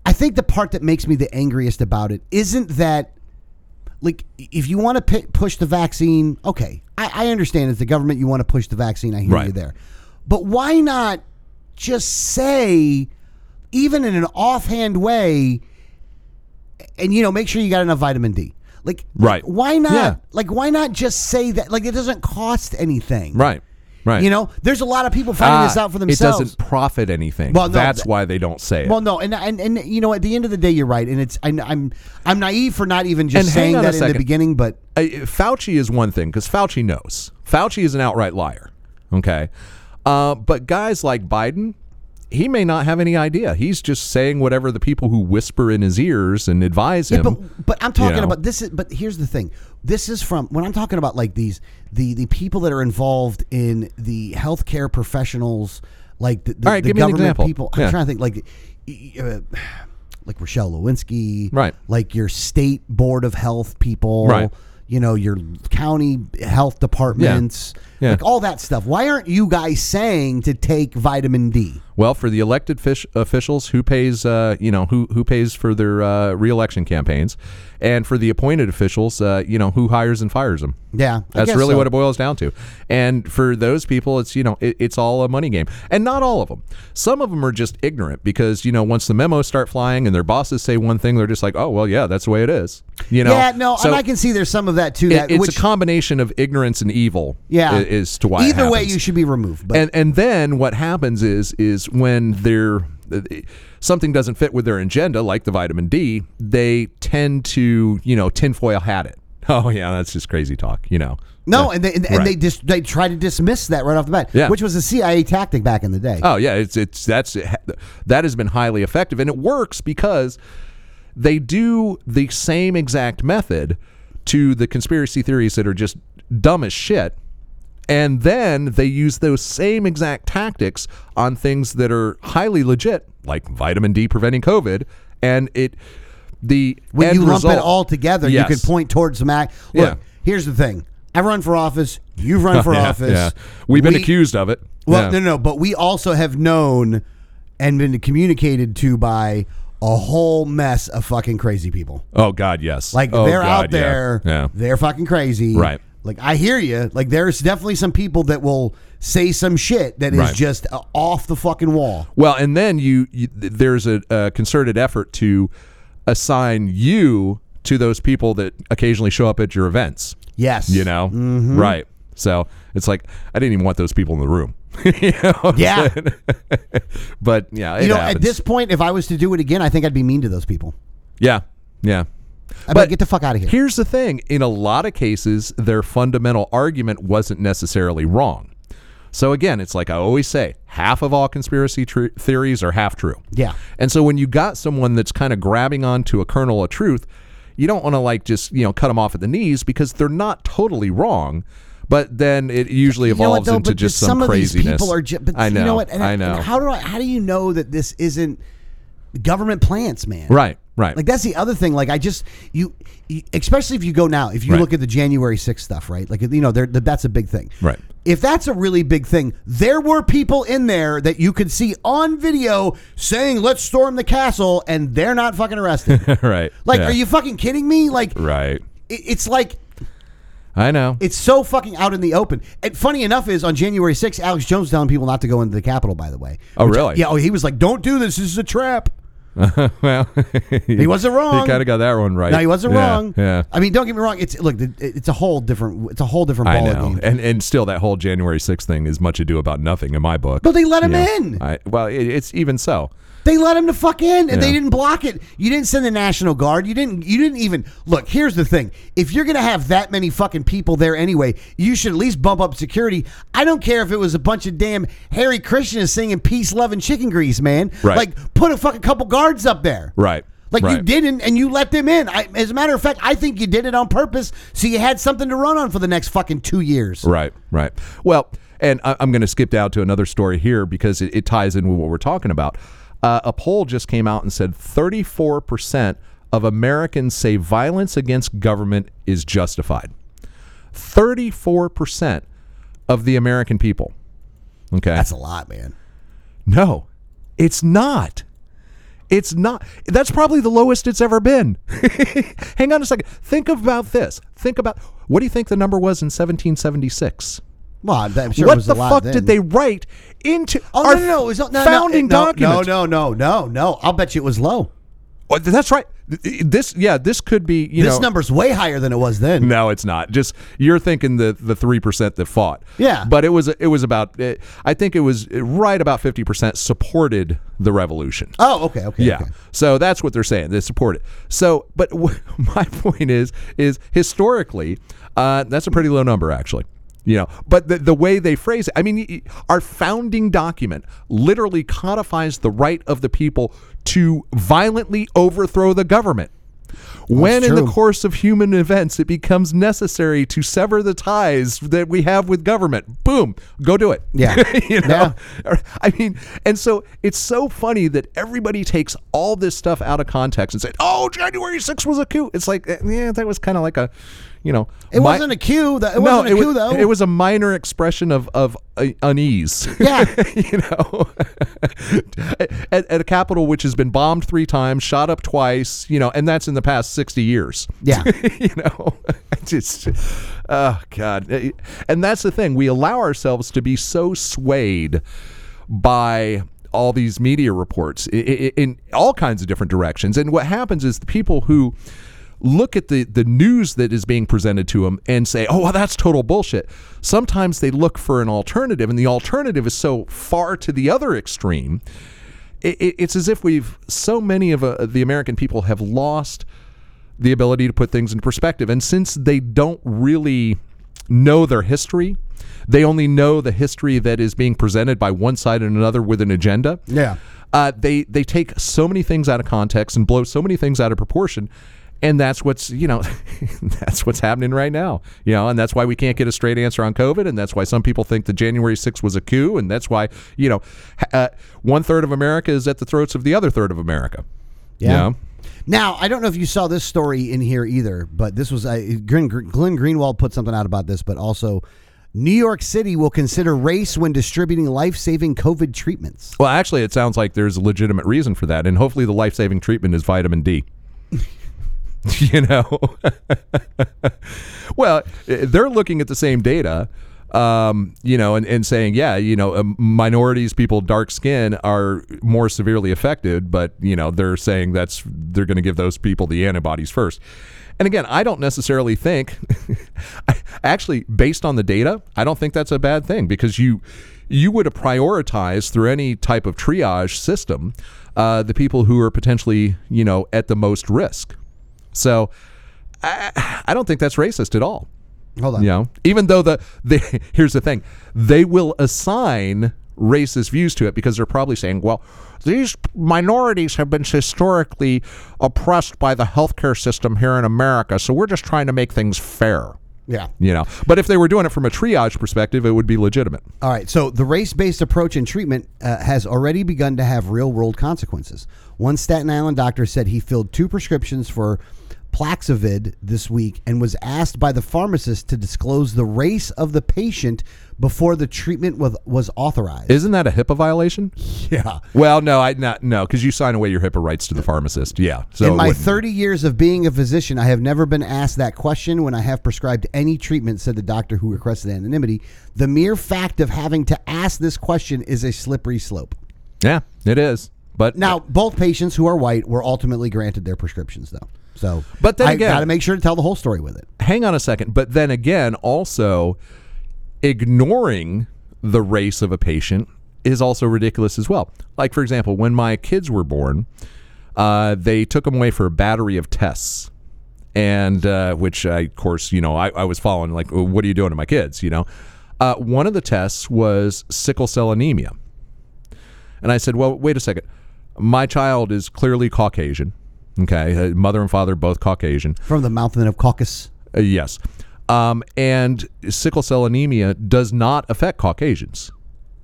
I think the part that makes me the angriest about it isn't that like if you want to p- push the vaccine, okay, I, I understand it's the government you want to push the vaccine. I hear
Right.
you there, but why not just say, even in an offhand way, and you know, make sure you got enough vitamin D. Like,
Right.
Why not?
Yeah.
Like, why not just say that? Like, it doesn't cost anything,
Right. Right.
You know, there's a lot of people finding this
Ah,
out for themselves.
It doesn't profit anything.
Well, no,
That's
th-
why they don't say it.
Well, no, and, and and you know, at the end of the day, you're right, and it's I'm I'm, I'm naive for not even just
And hang
saying
on a
that in the
second.
beginning, but
Uh, Fauci is one thing because Fauci knows. Fauci is an outright liar. Okay. Uh, but guys like Biden, he may not have any idea. He's just saying whatever the people who whisper in his ears and advise him.
But, but I'm talking
know.
about this is but here's the thing. This is from when I'm talking about like these the the people that are involved in the healthcare professionals like the, the,
All right,
the
give me an
government
example.
people. I'm
Yeah.
trying to think like e- e- uh, like Rochelle Lewinsky,
Right.
Like your state board of health people,
Right.
You know your county health departments,
Yeah.
like all that stuff. Why aren't you guys saying to take vitamin D?
Well, for the elected fish officials, who pays, uh, you know, who who pays for their uh, reelection campaigns, and for the appointed officials, uh, you know, who hires and fires them.
Yeah, I
that's
guess
really
so.
what it boils down to. And for those people, it's you know, it, it's all a money game, and not all of them. Some of them are just ignorant because you know, once the memos start flying and their bosses say one thing, they're just like, oh well, yeah, that's the way it is. You know,
yeah, no,
So
and I can see there's some of that too.
it-
that
it's
which,
a combination of ignorance and evil.
Yeah,
i- is to why it
Either way,
happens.
you should be removed. But
and and then what happens is is when their something doesn't fit with their agenda, like the vitamin D, they tend to you know tinfoil hat it. Oh yeah, that's just crazy talk, you know.
no, and they and, and
Right.
they just they try to dismiss that right off the bat,
Yeah.
which was a CIA tactic back in the day.
Oh yeah, it's it's that's that has been highly effective and it works because they do the same exact method to the conspiracy theories that are just dumb as shit. And then they use those same exact tactics on things that are highly legit, like vitamin D preventing COVID, and it the
when
end
you lump
result-
it all together,
Yes.
you could point towards some act. Look,
Yeah.
here's the thing: I run for office. You've run for
Yeah,
office.
yeah. We've been
We-
accused of it.
Well,
Yeah.
no, no, no, but we also have known and been communicated to by a whole mess of fucking crazy people.
Oh God, yes.
Like
Oh,
they're
God,
out
yeah.
there,
Yeah.
they're fucking crazy,
Right.
Like I hear you. Like there's definitely some people that will say some shit that is
Right.
just uh, off the fucking wall.
Well, and then you, you th- there's a, a concerted effort to assign you to those people that occasionally show up at your events.
Yes, Mm-hmm.
You know, right? So it's like I didn't even want those people in the room. You know what I'm
Yeah.
saying? but yeah, it
You know, at
happens.
this point, if I was to do it again, I think I'd be mean to those people.
yeah, yeah.
I
But-
but get the fuck out of here.
Here's the thing in a lot of cases, their fundamental argument wasn't necessarily wrong. So, again, it's like I always say half of all conspiracy tr- theories are half true.
Yeah.
And so, when you got someone that's kind of grabbing onto a kernel of truth, you don't want to like just, you know, cut them off at the knees because they're not totally wrong. But then it usually
You know what,
evolves
though?
into
But
just
some,
some,
of
craziness.
these people are. Ju- but
I know.
You know what? And,
I
and
know.
how do I? How do you know that this isn't government plants, man.
Right, right.
Like that's the other thing. Like I just you, you especially if you go now, if you
Right.
look at the January 6th stuff, right? Like you know, they're, that's a big thing.
Right.
If that's a really big thing, there were people in there that you could see on video saying, "Let's storm the castle," and they're not fucking arrested.
right.
like,
yeah.
are you fucking kidding me? Like,
Right.
it- it's like
I know.
it's so fucking out in the open. And funny enough is on January 6th, Alex Jones telling people not to go into the Capitol. By the way.
Oh, really?
Yeah. Oh, he was like, "Don't do this. This is a trap."
well, he
wasn't wrong.
He kind of got that one right.
No, he wasn't
Yeah,
wrong.
Yeah.
I mean, don't get me wrong. It's look, it- it's a whole different, it's a whole different
I
ball
know,
game.
and and still that whole January 6th thing is much ado about nothing in my book.
But they let him
Yeah.
in.
I, well, it, it's even so.
They let him to fuck in, and they
Yeah.
didn't block it. You didn't send the National Guard. You didn't. You didn't even look. Here's the thing: if you're gonna have that many fucking people there anyway, you should at least bump up security. I don't care if it was a bunch of damn Harry Krishnas singing "Peace, Love, and Chicken Grease," man.
Right.
Like, put a fucking couple guards up there.
Right.
Like you
Right.
didn't, and you let them in. I, as a matter of fact, I think you did it on purpose, so you had something to run on for the next fucking two years.
Right, right. Well, and I, I'm going to skip down to another story here because it, it ties in with what we're talking about. Uh, a poll just came out and said 34% of Americans say violence against government is justified. 34% of the American people. Okay.
That's a lot, man.
no, it's not. It's not. That's probably the lowest it's ever been. Hang on a second. Think about this. Think about what do you think the number was in 1776?
Well, I'm I'm sure it
what
was
the
a lot
fuck
then.
did they write into
Oh
our
no, no, no, it was no, no,
founding
no,
document?
No, no, no, no, no. I'll bet you it was low.
Oh, th- that's right. Th- th- This, yeah, this could be. You
This
know,
number's way higher than it was then.
No, it's not. Just you're thinking the the three percent that fought.
Yeah.
but it was it was about. eh, I think it was right about fifty percent supported the revolution.
Oh, okay, okay.
Yeah.
okay.
So that's what they're saying. They support it. So, but w- my point is, is historically, uh, that's a pretty low number, actually. You know, but the, the way they phrase it, I mean, y- y- our founding document literally codifies the right of the people to violently overthrow the government. When in the
true.
course of human events it becomes necessary to sever the ties that we have with government, boom, go do it.
Yeah.
you know? I mean, and so it's so funny that everybody takes all this stuff out of context and say, "Oh, January 6th was a coup." It's like, eh, yeah, that was kind of like a, you know,
It wasn't a cue. That, it
no,
wasn't a
it,
cue
was,
though.
it was a minor expression of of uh, unease.
Yeah.
you know, at, at a capital which has been bombed three times, shot up twice, you know, and that's in the past sixty years.
Yeah.
you know, I just, oh god, and that's the thing. We allow ourselves to be so swayed by all these media reports i- i- in all kinds of different directions, and what happens is the people who look at the the news that is being presented to them and say, "Oh, well, that's total bullshit." Sometimes they look for an alternative, and the alternative is so far to the other extreme. It, it, it's as if we've so many of uh, the American people have lost the ability to put things in perspective, and since they don't really know their history. They only know the history that is being presented by one side and another with an agenda
Yeah.
uh, they they take so many things out of context and blow so many things out of proportion and that's what's you know that's what's happening right now you know and that's why we can't get a straight answer on covid and that's why some people think that january 6th was a coup and that's why you know ha- uh, one third of america is at the throats of the other third of america you know?
Now I don't know if you saw this story in here either, but this was uh, Glenn, Glenn Greenwald put something out about this, but also. New York City will consider race when distributing life-saving COVID treatments.
well actually it sounds like there's a legitimate reason for that and hopefully the life-saving treatment is vitamin d you know well eh, they're looking at the same data um, you know and, and saying yeah you know um, minorities people dark skin are more severely affected but you know they're saying that's they're going to give those people the antibodies first and again i don't necessarily think I- actually based on the data i don't think that's a bad thing because you you would have prioritized through any type of triage system uh, the people who are potentially you know at the most risk so I, I don't think that's racist at all.
Hold on.
You know, even though the, the here's the thing, they will assign racist views to it because they're probably saying, well, these minorities have been historically oppressed by the healthcare system here in America, so we're just trying to make things fair.
Yeah.
You know, but if they were doing it from a triage perspective, it would be legitimate.
All right, so the race based approach and treatment uh, has already begun to have real world consequences. One Staten Island doctor said he filled two prescriptions for Plaxovid this week and was asked by the pharmacist to disclose the race of the patient before the treatment was, was authorized.
Isn't that a HIPAA violation?
yeah.
Well, no, I not no, because you sign away your HIPAA rights to the pharmacist. Yeah, so it
In my
wouldn't.
30 years of being a physician, I have never been asked that question when I have prescribed any treatment, said the doctor who requested anonymity. The mere fact of having to ask this question is a slippery slope.
yeah, it is. But
Now, both patients who are white were ultimately granted their prescriptions, though. So,
But then
I
again-
got to make sure to tell the whole story with it.
hang on a second. But then again, also ignoring the race of a patient is also ridiculous as well. Like, for example, when my kids were born, uh, they took them away for a battery of tests. And uh, which, I, of course, you know, I, I was following, like, "Well, what are you doing to my kids? You know, uh, one of the tests was sickle cell anemia. And I said, well, wait a second. My child is clearly Caucasian. Okay. Uh, Mother and father both Caucasian.
From the mouth of Caucus.
Uh, yes. Um, and sickle cell anemia does not affect Caucasians,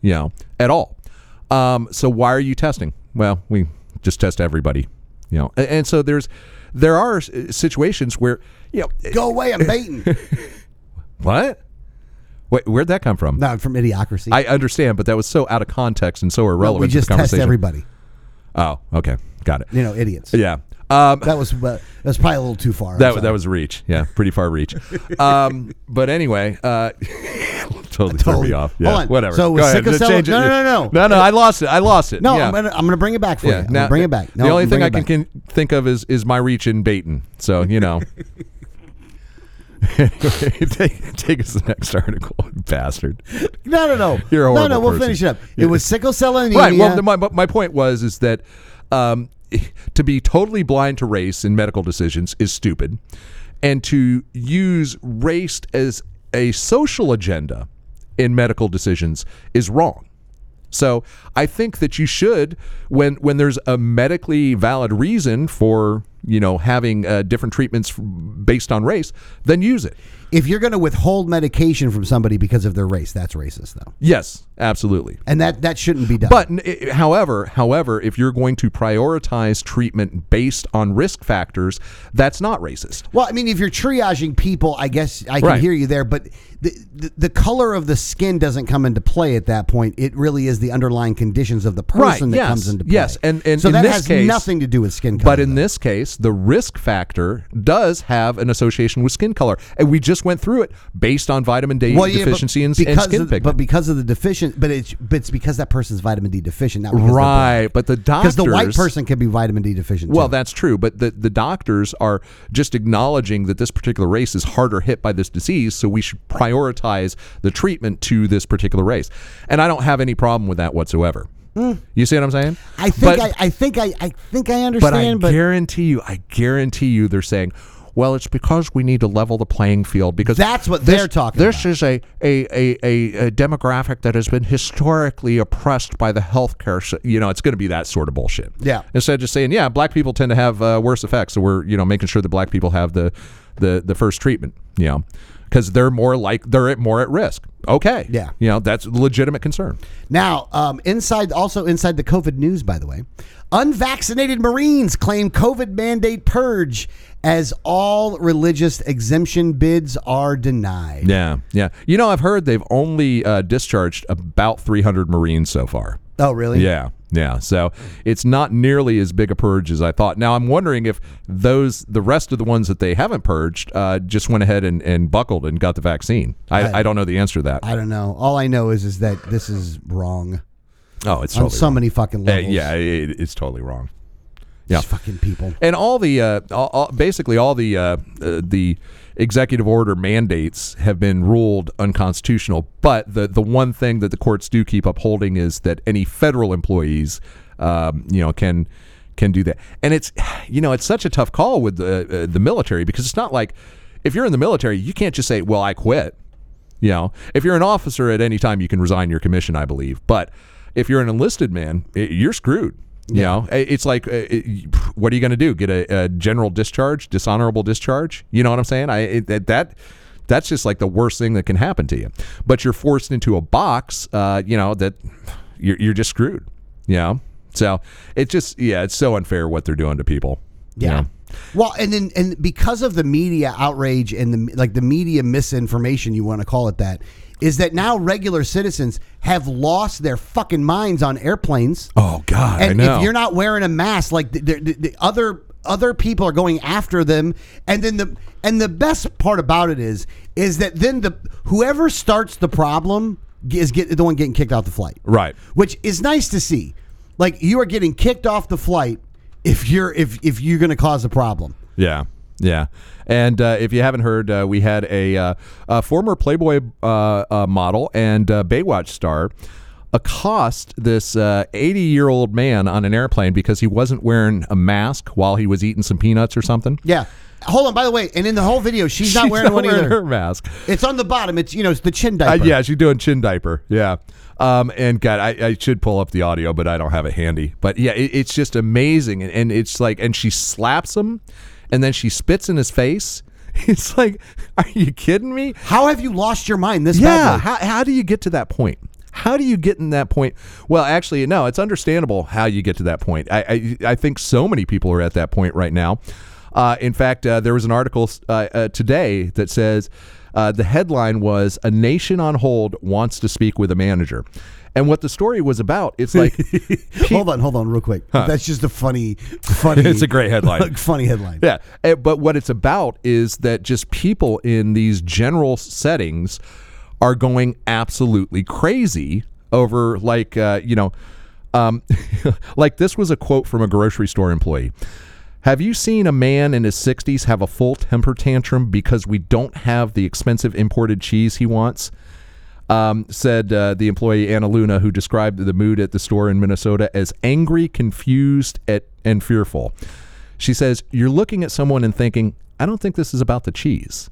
you know, at all. Um, so why are you testing? Well, we just test everybody, you know. A- And, so there's there are s- situations where you know eh,
Go away, I'm baiting.
what? Wait, where'd that come from?
no, from idiocracy.
I understand, but that was so out of context and so irrelevant.
we
to the
just test
conversation.
everybody.
Oh, okay, got it.
You know, idiots.
Yeah. Um,
That was uh, that was probably a little too far. I'm
that,
sorry.
that was reach. Yeah, pretty far reach. um, but anyway, uh, totally, threw
Totally.
me off. Yeah,
Hold on.
whatever.
So
Go
with
ahead.
sickle
Just
cell-
change it.
no, no, no, no.
no, no. I lost it. I lost it.
no,
yeah.
I'm gonna I'm gonna bring it back for you.
yeah.
I'm gonna bring it back. No,
the only
I'm
thing
bringing
I
it
can,
back.
can think of is is my reach in Baton. So you know. Anyway, take, take us to the next article, bastard.
No, no, no.
You're a
no, no.
horrible
We'll
person.
finish it up.
Yeah.
It was sickle cell anemia.
Right. Well, the, my, my point was is that um, to be totally blind to race in medical decisions is stupid, and to use race as a social agenda in medical decisions is wrong. So I think that you should, when when there's a medically valid reason for you know having uh, different treatments f- based on race, then use it.
if you're gonna withhold medication from somebody because of their race, that's racist, though,
Yes, absolutely.
and that that shouldn't be done.
But n- i- however, however, if you're going to prioritize treatment based on risk factors, that's not racist.
Well, I mean, if you're triaging people, I guess I can
Right.
hear you there, but the, the the color of the skin doesn't come into play at that point. It really is the underlying conditions of the person that
yes,
comes into play.
yes, and- and
so
in
that
this
has
case-
nothing to do with skin color.
But in this case, the risk factor does have an association with skin color, and we just went through it based on vitamin D
Well, yeah, but
deficiency and, and
because
skin
of,
pigment.
but because of the deficient, but it's but it's because that person's vitamin D deficient, not because they're black.
right, but the doctors
Because the white person can be vitamin D deficient.
Well,
too.
that's true, but the, the doctors are just acknowledging that this particular race is harder hit by this disease, so we should prioritize the treatment to this particular race. And I don't have any problem with that whatsoever. You see what I'm saying?
Hmm. I think
but,
I, I think I, I think I
but I
understand. But,
guarantee you, I guarantee you, they're saying, well, it's because we need to level the playing field because
That's what
this-
they're talking
This
about.
is a, a, a, a, a demographic that has been historically oppressed by the healthcare. s- You know, it's going to be that sort of bullshit.
Yeah.
Instead of just saying, yeah, black people tend to have uh, worse effects, so we're you know making sure that black people have the the, the first treatment. You know, because they're more like they're at, more at risk. Okay.
Yeah.
You know, that's a legitimate concern.
Now, um, inside also inside the COVID news, by the way, unvaccinated Marines claim COVID mandate purge as all religious exemption bids are denied.
Yeah. Yeah. You know, I've heard they've only uh, discharged about 300 Marines so far.
Oh, really?
Yeah, yeah. So it's not nearly as big a purge as I thought. Now I'm wondering if those, the rest of the ones that they haven't purged, uh, just went ahead and, and buckled and got the vaccine. I, I, don't know the answer to that.
I don't know. All I know is is that this is wrong
oh, it's
on
totally
so many fucking
wrong. Uh,
levels.
yeah, it, it's totally wrong.
These
yeah.
fucking people.
And all the, uh, all, all, basically all the uh, uh, the executive order mandates have been ruled unconstitutional. But the the one thing that the courts do keep upholding is that any federal employees, um, you know, can can do that. And it's you know it's such a tough call with the uh, the military because it's not like if you're in the military you can't just say well I quit. You know, if you're an officer at any time, you can resign your commission, I believe. But if you're an enlisted man, i you're screwed. You know, I- it's like, uh, it- what are you going to do? Get a, a general discharge, dishonorable discharge? You know what I'm saying? I it, that that That's just like the worst thing that can happen to you. But you're forced into a box, uh, you know, that you're, you're just screwed, you know? So it's just, yeah, it's so unfair what they're doing to people. you
Yeah.
know?
Well, and then and because of the media outrage and the like the media misinformation you want to call it that is that now regular citizens have lost their fucking minds on airplanes.
Oh, God.
and
I know.
if you're not wearing a mask, like the, the, the, the other other people are going after them, and then the and the best part about it is is that then the whoever starts the problem is get the one getting kicked off the flight,
Right.
Which is nice to see. Like you are getting kicked off the flight if you're if if you're going to cause a problem.
Yeah. Yeah. And uh, if you haven't heard, uh, we had a, uh, a former Playboy uh, uh, model and uh, Baywatch star accost this 80 year old man on an airplane because he wasn't wearing a mask while he was eating some peanuts or something.
Yeah. Hold on. By the way, and in the whole video, she's not
She's
wearing one
wearing
either.
her mask.
It's on the bottom. It's you know it's the chin
Uh,
diaper.
yeah, she's doing chin diaper. Yeah. Um, and God, I, I should pull up the audio, but I don't have it handy. But yeah, it, it's just amazing. And, and it's like, and she slaps him and then she spits in his face. It's like, are you kidding me?
How have you lost your mind this
Yeah.
badly?
How, how do you get to that point? How do you get in that point? Well, actually, no, it's understandable how you get to that point. I, I, I think so many people are at that point right now. Uh, in fact, uh, there was an article uh, uh, today that says uh, the headline was A Nation on Hold Wants to Speak with a Manager. And what the story was about, it's like
hold on, hold on, real quick. That's just a funny, funny.
It's a great headline.
funny headline.
Yeah, eh, but what it's about is that just people in these general settings are going absolutely crazy over like uh, you know, um, like this was a quote from a grocery store employee. Have you seen a man in his 60s have a full temper tantrum because we don't have the expensive imported cheese he wants? Um, said uh, the employee Anna Luna, who described the mood at the store in Minnesota as angry, confused, at, and fearful. She says, You're looking at someone and thinking, I don't think this is about the cheese.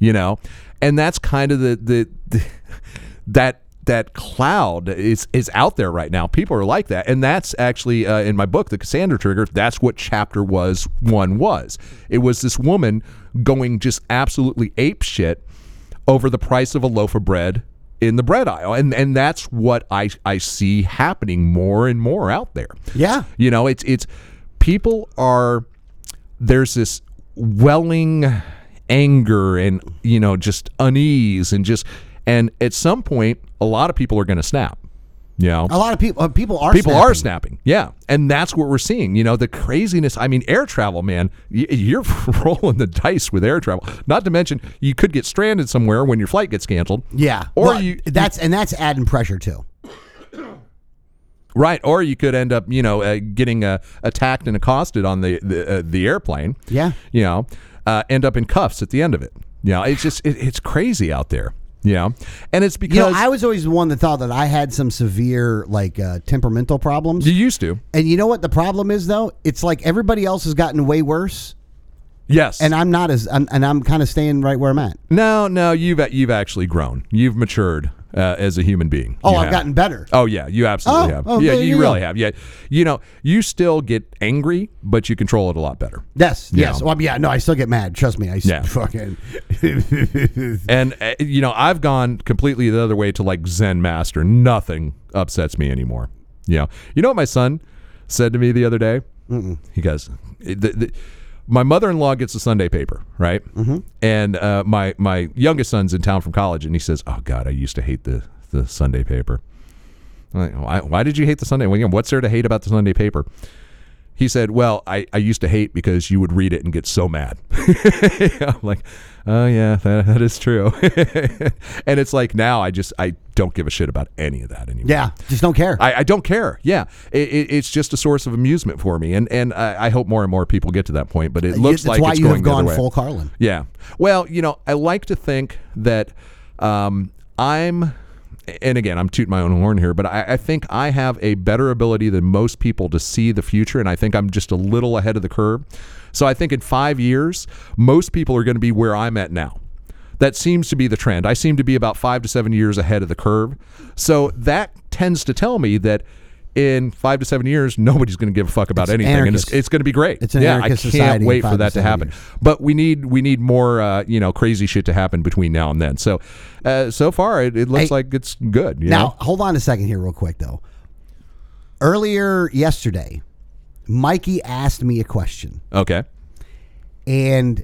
You know? And that's kind of the, the, the that that cloud is is out there right now. People are like that, and that's actually uh, in my book, The Cassandra Trigger. That's what chapter was one was. It was this woman going just absolutely ape shit over the price of a loaf of bread in the bread aisle, and and that's what I I see happening more and more out there.
Yeah.
You know, it's it's people are there's this welling anger and you know just unease and just and at some point a lot of people are going to snap. You know,
A lot of people. Uh, people are.
people are
snapping.
snapping. Yeah, and that's what we're seeing. You know, the craziness. I mean, air travel, man. Y- You're rolling the dice with air travel. Not to mention, you could get stranded somewhere when your flight gets canceled.
Yeah.
or
Well,
you
That's and that's adding pressure too.
Right, or you could end up, you know, uh, getting uh, attacked and accosted on the the, uh, the airplane.
Yeah.
you know, uh, end up in cuffs at the end of it. You know, it's just it, it's crazy out there. You know, and it's
You know,
because
I was always the one that thought that I had some severe like uh, temperamental problems.
you used to.
And you know what the problem is though? It's like everybody else has gotten way worse,
Yes,
and I'm not as I'm, and I'm kind of staying right where I'm at.
no, no, you've you've actually grown. You've matured uh, as a human being.
Oh,
You
I've
have.
gotten better.
Oh yeah, you absolutely
Oh,
have.
oh,
yeah,
there
you,
you go.
really have. Yeah, you know, you still get angry, but you control it a lot better.
Yes,
Yeah.
yes. Well, yeah, no, I still get mad. Trust me, I s-
Yeah.
fucking
And uh, you know, I've gone completely the other way to like Zen master. Nothing upsets me anymore. You know, you know what my son said to me the other day. Mm-mm. He goes, "Eh, the, the, "My mother-in-law gets a Sunday paper, right?" Mm-hmm. And uh, my my youngest son's in town from college, and he says, "Oh God, I used to hate the the Sunday paper." I'm like, why, why did you hate the Sunday? Well, you know, What's there to hate about the Sunday paper? He said, Well, I, I used to hate because you would read it and get so mad. I'm like, Oh, yeah, that, that is true. and it's like now I just, I don't give a shit about any of that anymore.
yeah. Just don't care.
I, I don't care. Yeah. It, it, it's just a source of amusement for me. And, and I, I hope more and more people get to that point. But it looks
That's
like
why
it's
Uh, you
going
have
the other
gone
way.
full Carlin.
Yeah. Well, you know, I like to think that um, I'm, and again, I'm tooting my own horn here, but I, I think I have a better ability than most people to see the future, and I think I'm just a little ahead of the curve. So I think in five years, most people are going to be where I'm at now. That seems to be the trend. I seem to be about five to seven years ahead of the curve. So that tends to tell me that in five to seven years, nobody's going to give a fuck about
It's
anything,
anarchist.
and it's, it's going to be great.
It's an
yeah,
anarchist
I can't
society in
wait
five
for
to
that to
seven
happen.
years.
But we need we need more uh, you know crazy shit to happen between now and then. So uh, so far, it, it looks
Hey.
like it's good. You
Now,
know?
hold on a second here, real quick, though. Earlier yesterday, Mikey asked me a question,
okay,
and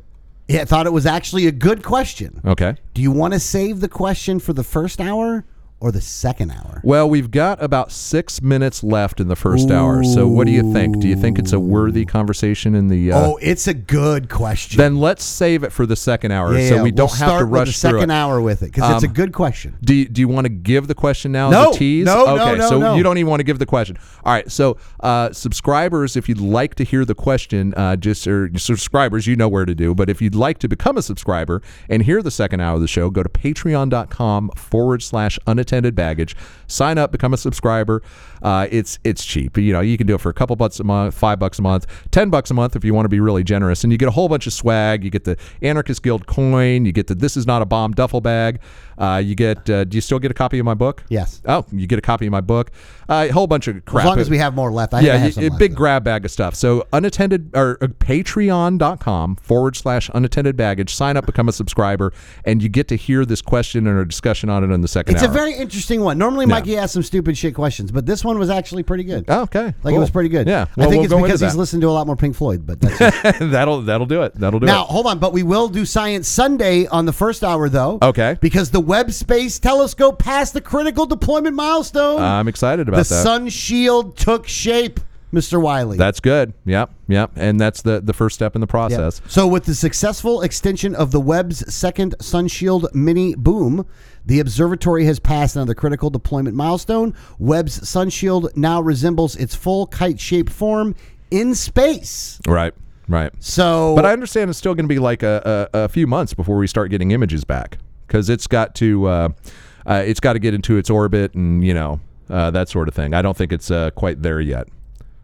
I thought it was actually a good question.
okay.
Do you want to save the question for the first hour or the second hour?
Well, we've got about six minutes left in the first hour. So what do you think? Do you think it's a worthy conversation in the? Uh,
oh, it's a good question.
Then let's save it for the second hour,
Yeah,
so
yeah,
we
we'll
don't have
start
to
with
rush
the second
through it. Um,
hour with it because it's a good question.
Do you, do you want to give the question now
No,
as a tease?
no, no,
okay,
no,
so
no.
you don't even want to give the question. All right, so uh, subscribers, if you'd like to hear the question, uh, just or subscribers, you know where to do. But if you'd like to become a subscriber and hear the second hour of the show, go to patreon.com forward slash unattended baggage. Sign up, become a subscriber. Uh, it's it's cheap. You know, you can do it for a couple bucks a month, five bucks a month, ten bucks a month if you want to be really generous. And you get a whole bunch of swag. You get the Anarchist Guild coin. You get the This Is Not a Bomb duffel bag. Uh, you get. Uh, do you still get a copy of my book?
Yes.
Oh, you get a copy of my book. Uh, a whole bunch of crap.
As long as we have more left, I I
yeah,
have
y-
some
a
left,
big
though.
grab bag of stuff. So unattended or uh, patreon.com forward slash unattended baggage. Sign up, become a subscriber, and you get to hear this question and our discussion on it in the second
It's
hour.
a very interesting one. Normally, Mikey asks some stupid shit questions, but this one was actually pretty good.
Oh, okay.
like it
cool.
was pretty good.
Yeah.
I think
Well, we'll
it's
go
because
into
he's
that.
listened to a lot more Pink Floyd, but that's
that'll that'll do it. That'll do
Now,
it.
hold on, but we will do Science Sunday on the first hour, though.
Okay.
Because the Webb Space Telescope passed the critical deployment milestone.
I'm excited
the
about that.
sun shield took shape, Mr. Wiley.
that's good. Yep. Yep. And that's the the first step in the
Yep.
process.
So, with the successful extension of the Webb's second Sunshield mini boom, the observatory has passed another critical deployment milestone. Webb's Sunshield now resembles its full kite shaped form in space.
Right. Right.
So,
But I understand it's still going to be like a, a, a few months before we start getting images back because it's got to uh, uh, it's got to get into its orbit and you know uh, that sort of thing. I don't think it's uh, quite there yet.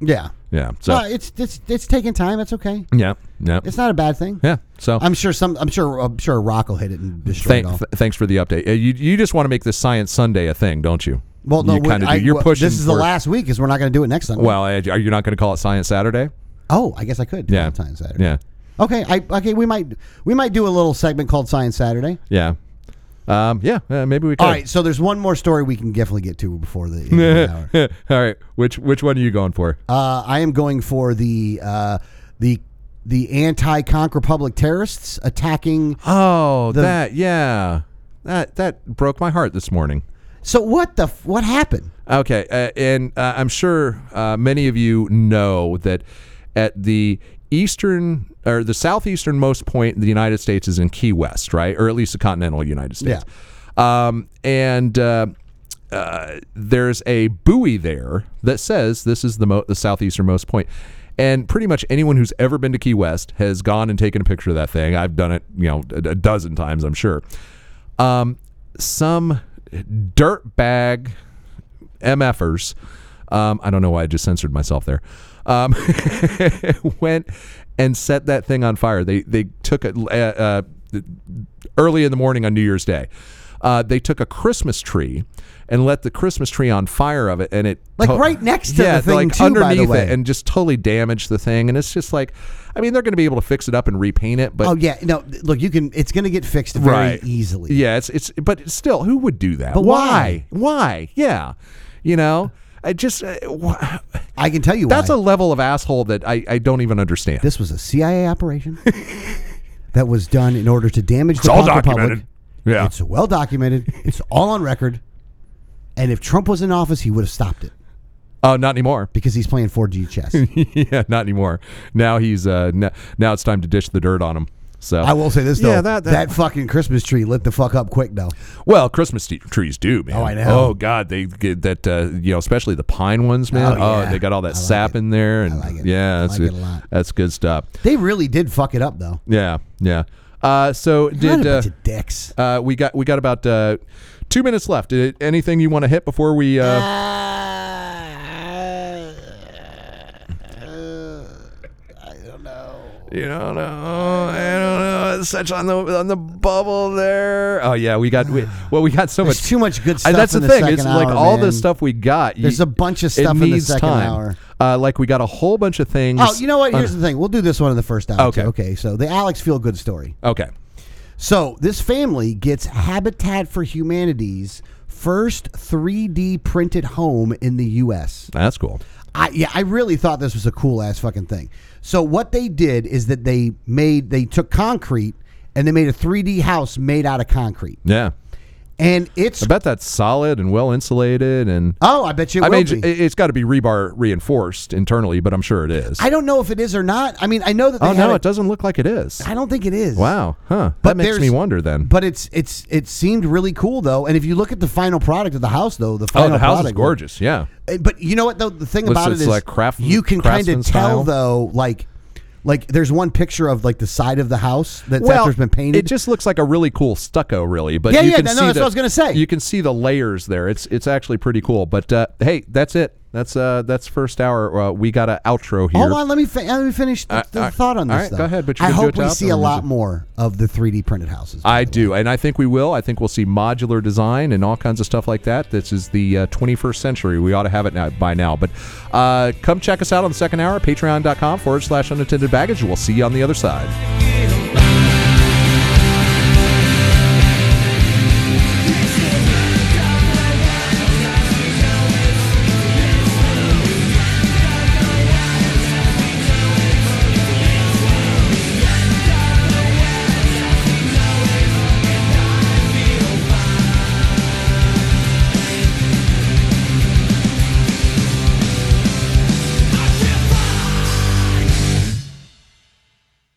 yeah.
Yeah. So
Well, it's, it's, it's taking time. That's okay.
yeah, yeah,
It's not a bad thing.
yeah. So
I'm sure some. I'm sure. I'm sure a rock will hit it and destroy
thank,
it all.
th- thanks for the update. Uh, you you just want to make this Science Sunday a thing, don't you?
Well, no,
you
we-
kinda do.
I-
You're
well,
pushing.
This is the
for-
last week, because we're not going to do it next Sunday.
Well, uh, are you not going to call it Science Saturday?
oh, I guess I could.
Yeah.
Science Saturday.
Yeah.
Okay. I okay. We might we might do a little segment called Science Saturday.
Yeah. Um, yeah. Uh, maybe we could.
All right. So there's one more story we can definitely get to before the end of the hour.
All right. Which which one are you going for?
Uh, I am going for the uh, the the anti-conk republic terrorists attacking.
Oh, that yeah, that that broke my heart this morning.
So what the f- what happened?
Okay, uh, and uh, I'm sure uh, many of you know that at the eastern or the southeasternmost point in the United States is in Key West, right, or at least the continental United States. Um, and uh, uh, there's a buoy there that says this is the mo- the southeasternmost point. And pretty much anyone who's ever been to Key West has gone and taken a picture of that thing. I've done it, you know, a, a dozen times, I'm sure. Um, some dirtbag MFers. Um, I don't know why I just censored myself there. Um, went and set that thing on fire. They they took it uh, uh, early in the morning on New Year's Day. Uh, they took a Christmas tree and let the Christmas tree on fire of it, and it
Like right next to
yeah,
the thing
like
too, by the
underneath
way.
it, and just totally damaged the thing. And it's just like, I mean, they're going to be able to fix it up and repaint it, but
Oh yeah. No. th- Look, you can. It's going to get fixed very easily.
yeah, it's it's but it's still, who would do that?
But why?
Why? Why? Yeah, you know, I just uh, wh-
I can tell you.
that's
why.
a level of asshole that I, I don't even understand.
This was a CIA operation that was done in order to damage the
all
Bonk
documented.
Republic.
Yeah.
It's well documented. It's all on record. And if Trump was in office, he would have stopped it
Oh, not anymore.
because he's playing 4G chess.
yeah, not anymore. Now he's uh n- now it's time to dish the dirt on him. So
I will say this though.
Yeah, that- that-
fucking Christmas tree lit the fuck up quick though.
Well, Christmas te- trees do, man.
Oh, I know.
Oh, God, they get that. Uh, you know, especially the pine ones, man.
Oh,
Oh,
yeah.
they got all that
I like
sap
it.
in there, and
like it.
yeah,
I
that's
like it
good.
a lot.
That's good stuff.
They really did fuck it up though.
Yeah, yeah. Uh, so
Did,
did
a
uh,
bunch of dicks.
uh, we got we got about uh, two minutes left. Did anything you want to hit before we? Uh,
Uh, don't know.
You don't know. I don't know. It's such on the on the bubble there. Oh yeah, we got we, well we got so
There's
much.
too much good stuff.
And that's
in
the
the
thing.
second
It's like
hour,
all
man.
the stuff we got. you-
There's a bunch of
it
stuff in the
needs
second
time.
hour.
Uh, like we got a whole bunch of things.
Oh, you know what?
on-
Here's the thing. We'll do this one in the first hour.
Okay.
too. Okay. So the Alex Feel Good story.
okay.
So this family gets Habitat for Humanity's first 3D printed home in the U.S.
That's cool.
I yeah, I really thought this was a cool ass fucking thing. So what they did is that they made they took concrete and they made a 3D house made out of concrete.
Yeah.
And it's
I bet that's solid and well insulated and
oh, I bet you it
I
will
mean
be.
it- it's got to be rebar reinforced internally, but I'm sure it is.
I don't know if it is or not. I mean, I know that they
oh
had
no,
a-
it doesn't look like it is.
I don't think it is.
Wow. Huh.
But
that makes
there's-
me wonder then.
But it's it's it seemed really cool though. And if you look at the final product of the house though, the final
oh, the house is
product-
gorgeous. Yeah.
Uh, But you know what though the thing
Looks-
about it
it's
is
like craft-
you can kind
craftsman
of
style.
tell though like like there's one picture of like the side of the house that has been painted.
It just looks like a really cool stucco, really. But
Yeah,
you
yeah,
can
no,
see
that's
the-
what I was gonna say.
You can see the layers there. It's it's actually pretty cool. But uh, hey, that's it. That's uh that's first hour. Uh, we got an outro here.
Hold on, let me fi- let me finish the,
Uh,
the
uh,
thought on this.
all right,
though.
go ahead, but you
I
can do
hope
it
we
top
see
or
a
is
lot
it-
more of the 3D printed houses.
I do, and I think we will. I think we'll see modular design and all kinds of stuff like that. This is the uh, 21st century. We ought to have it now, by now. But uh, come check us out on the second hour, patreon.com forward slash unattended baggage. We'll see you on the other side.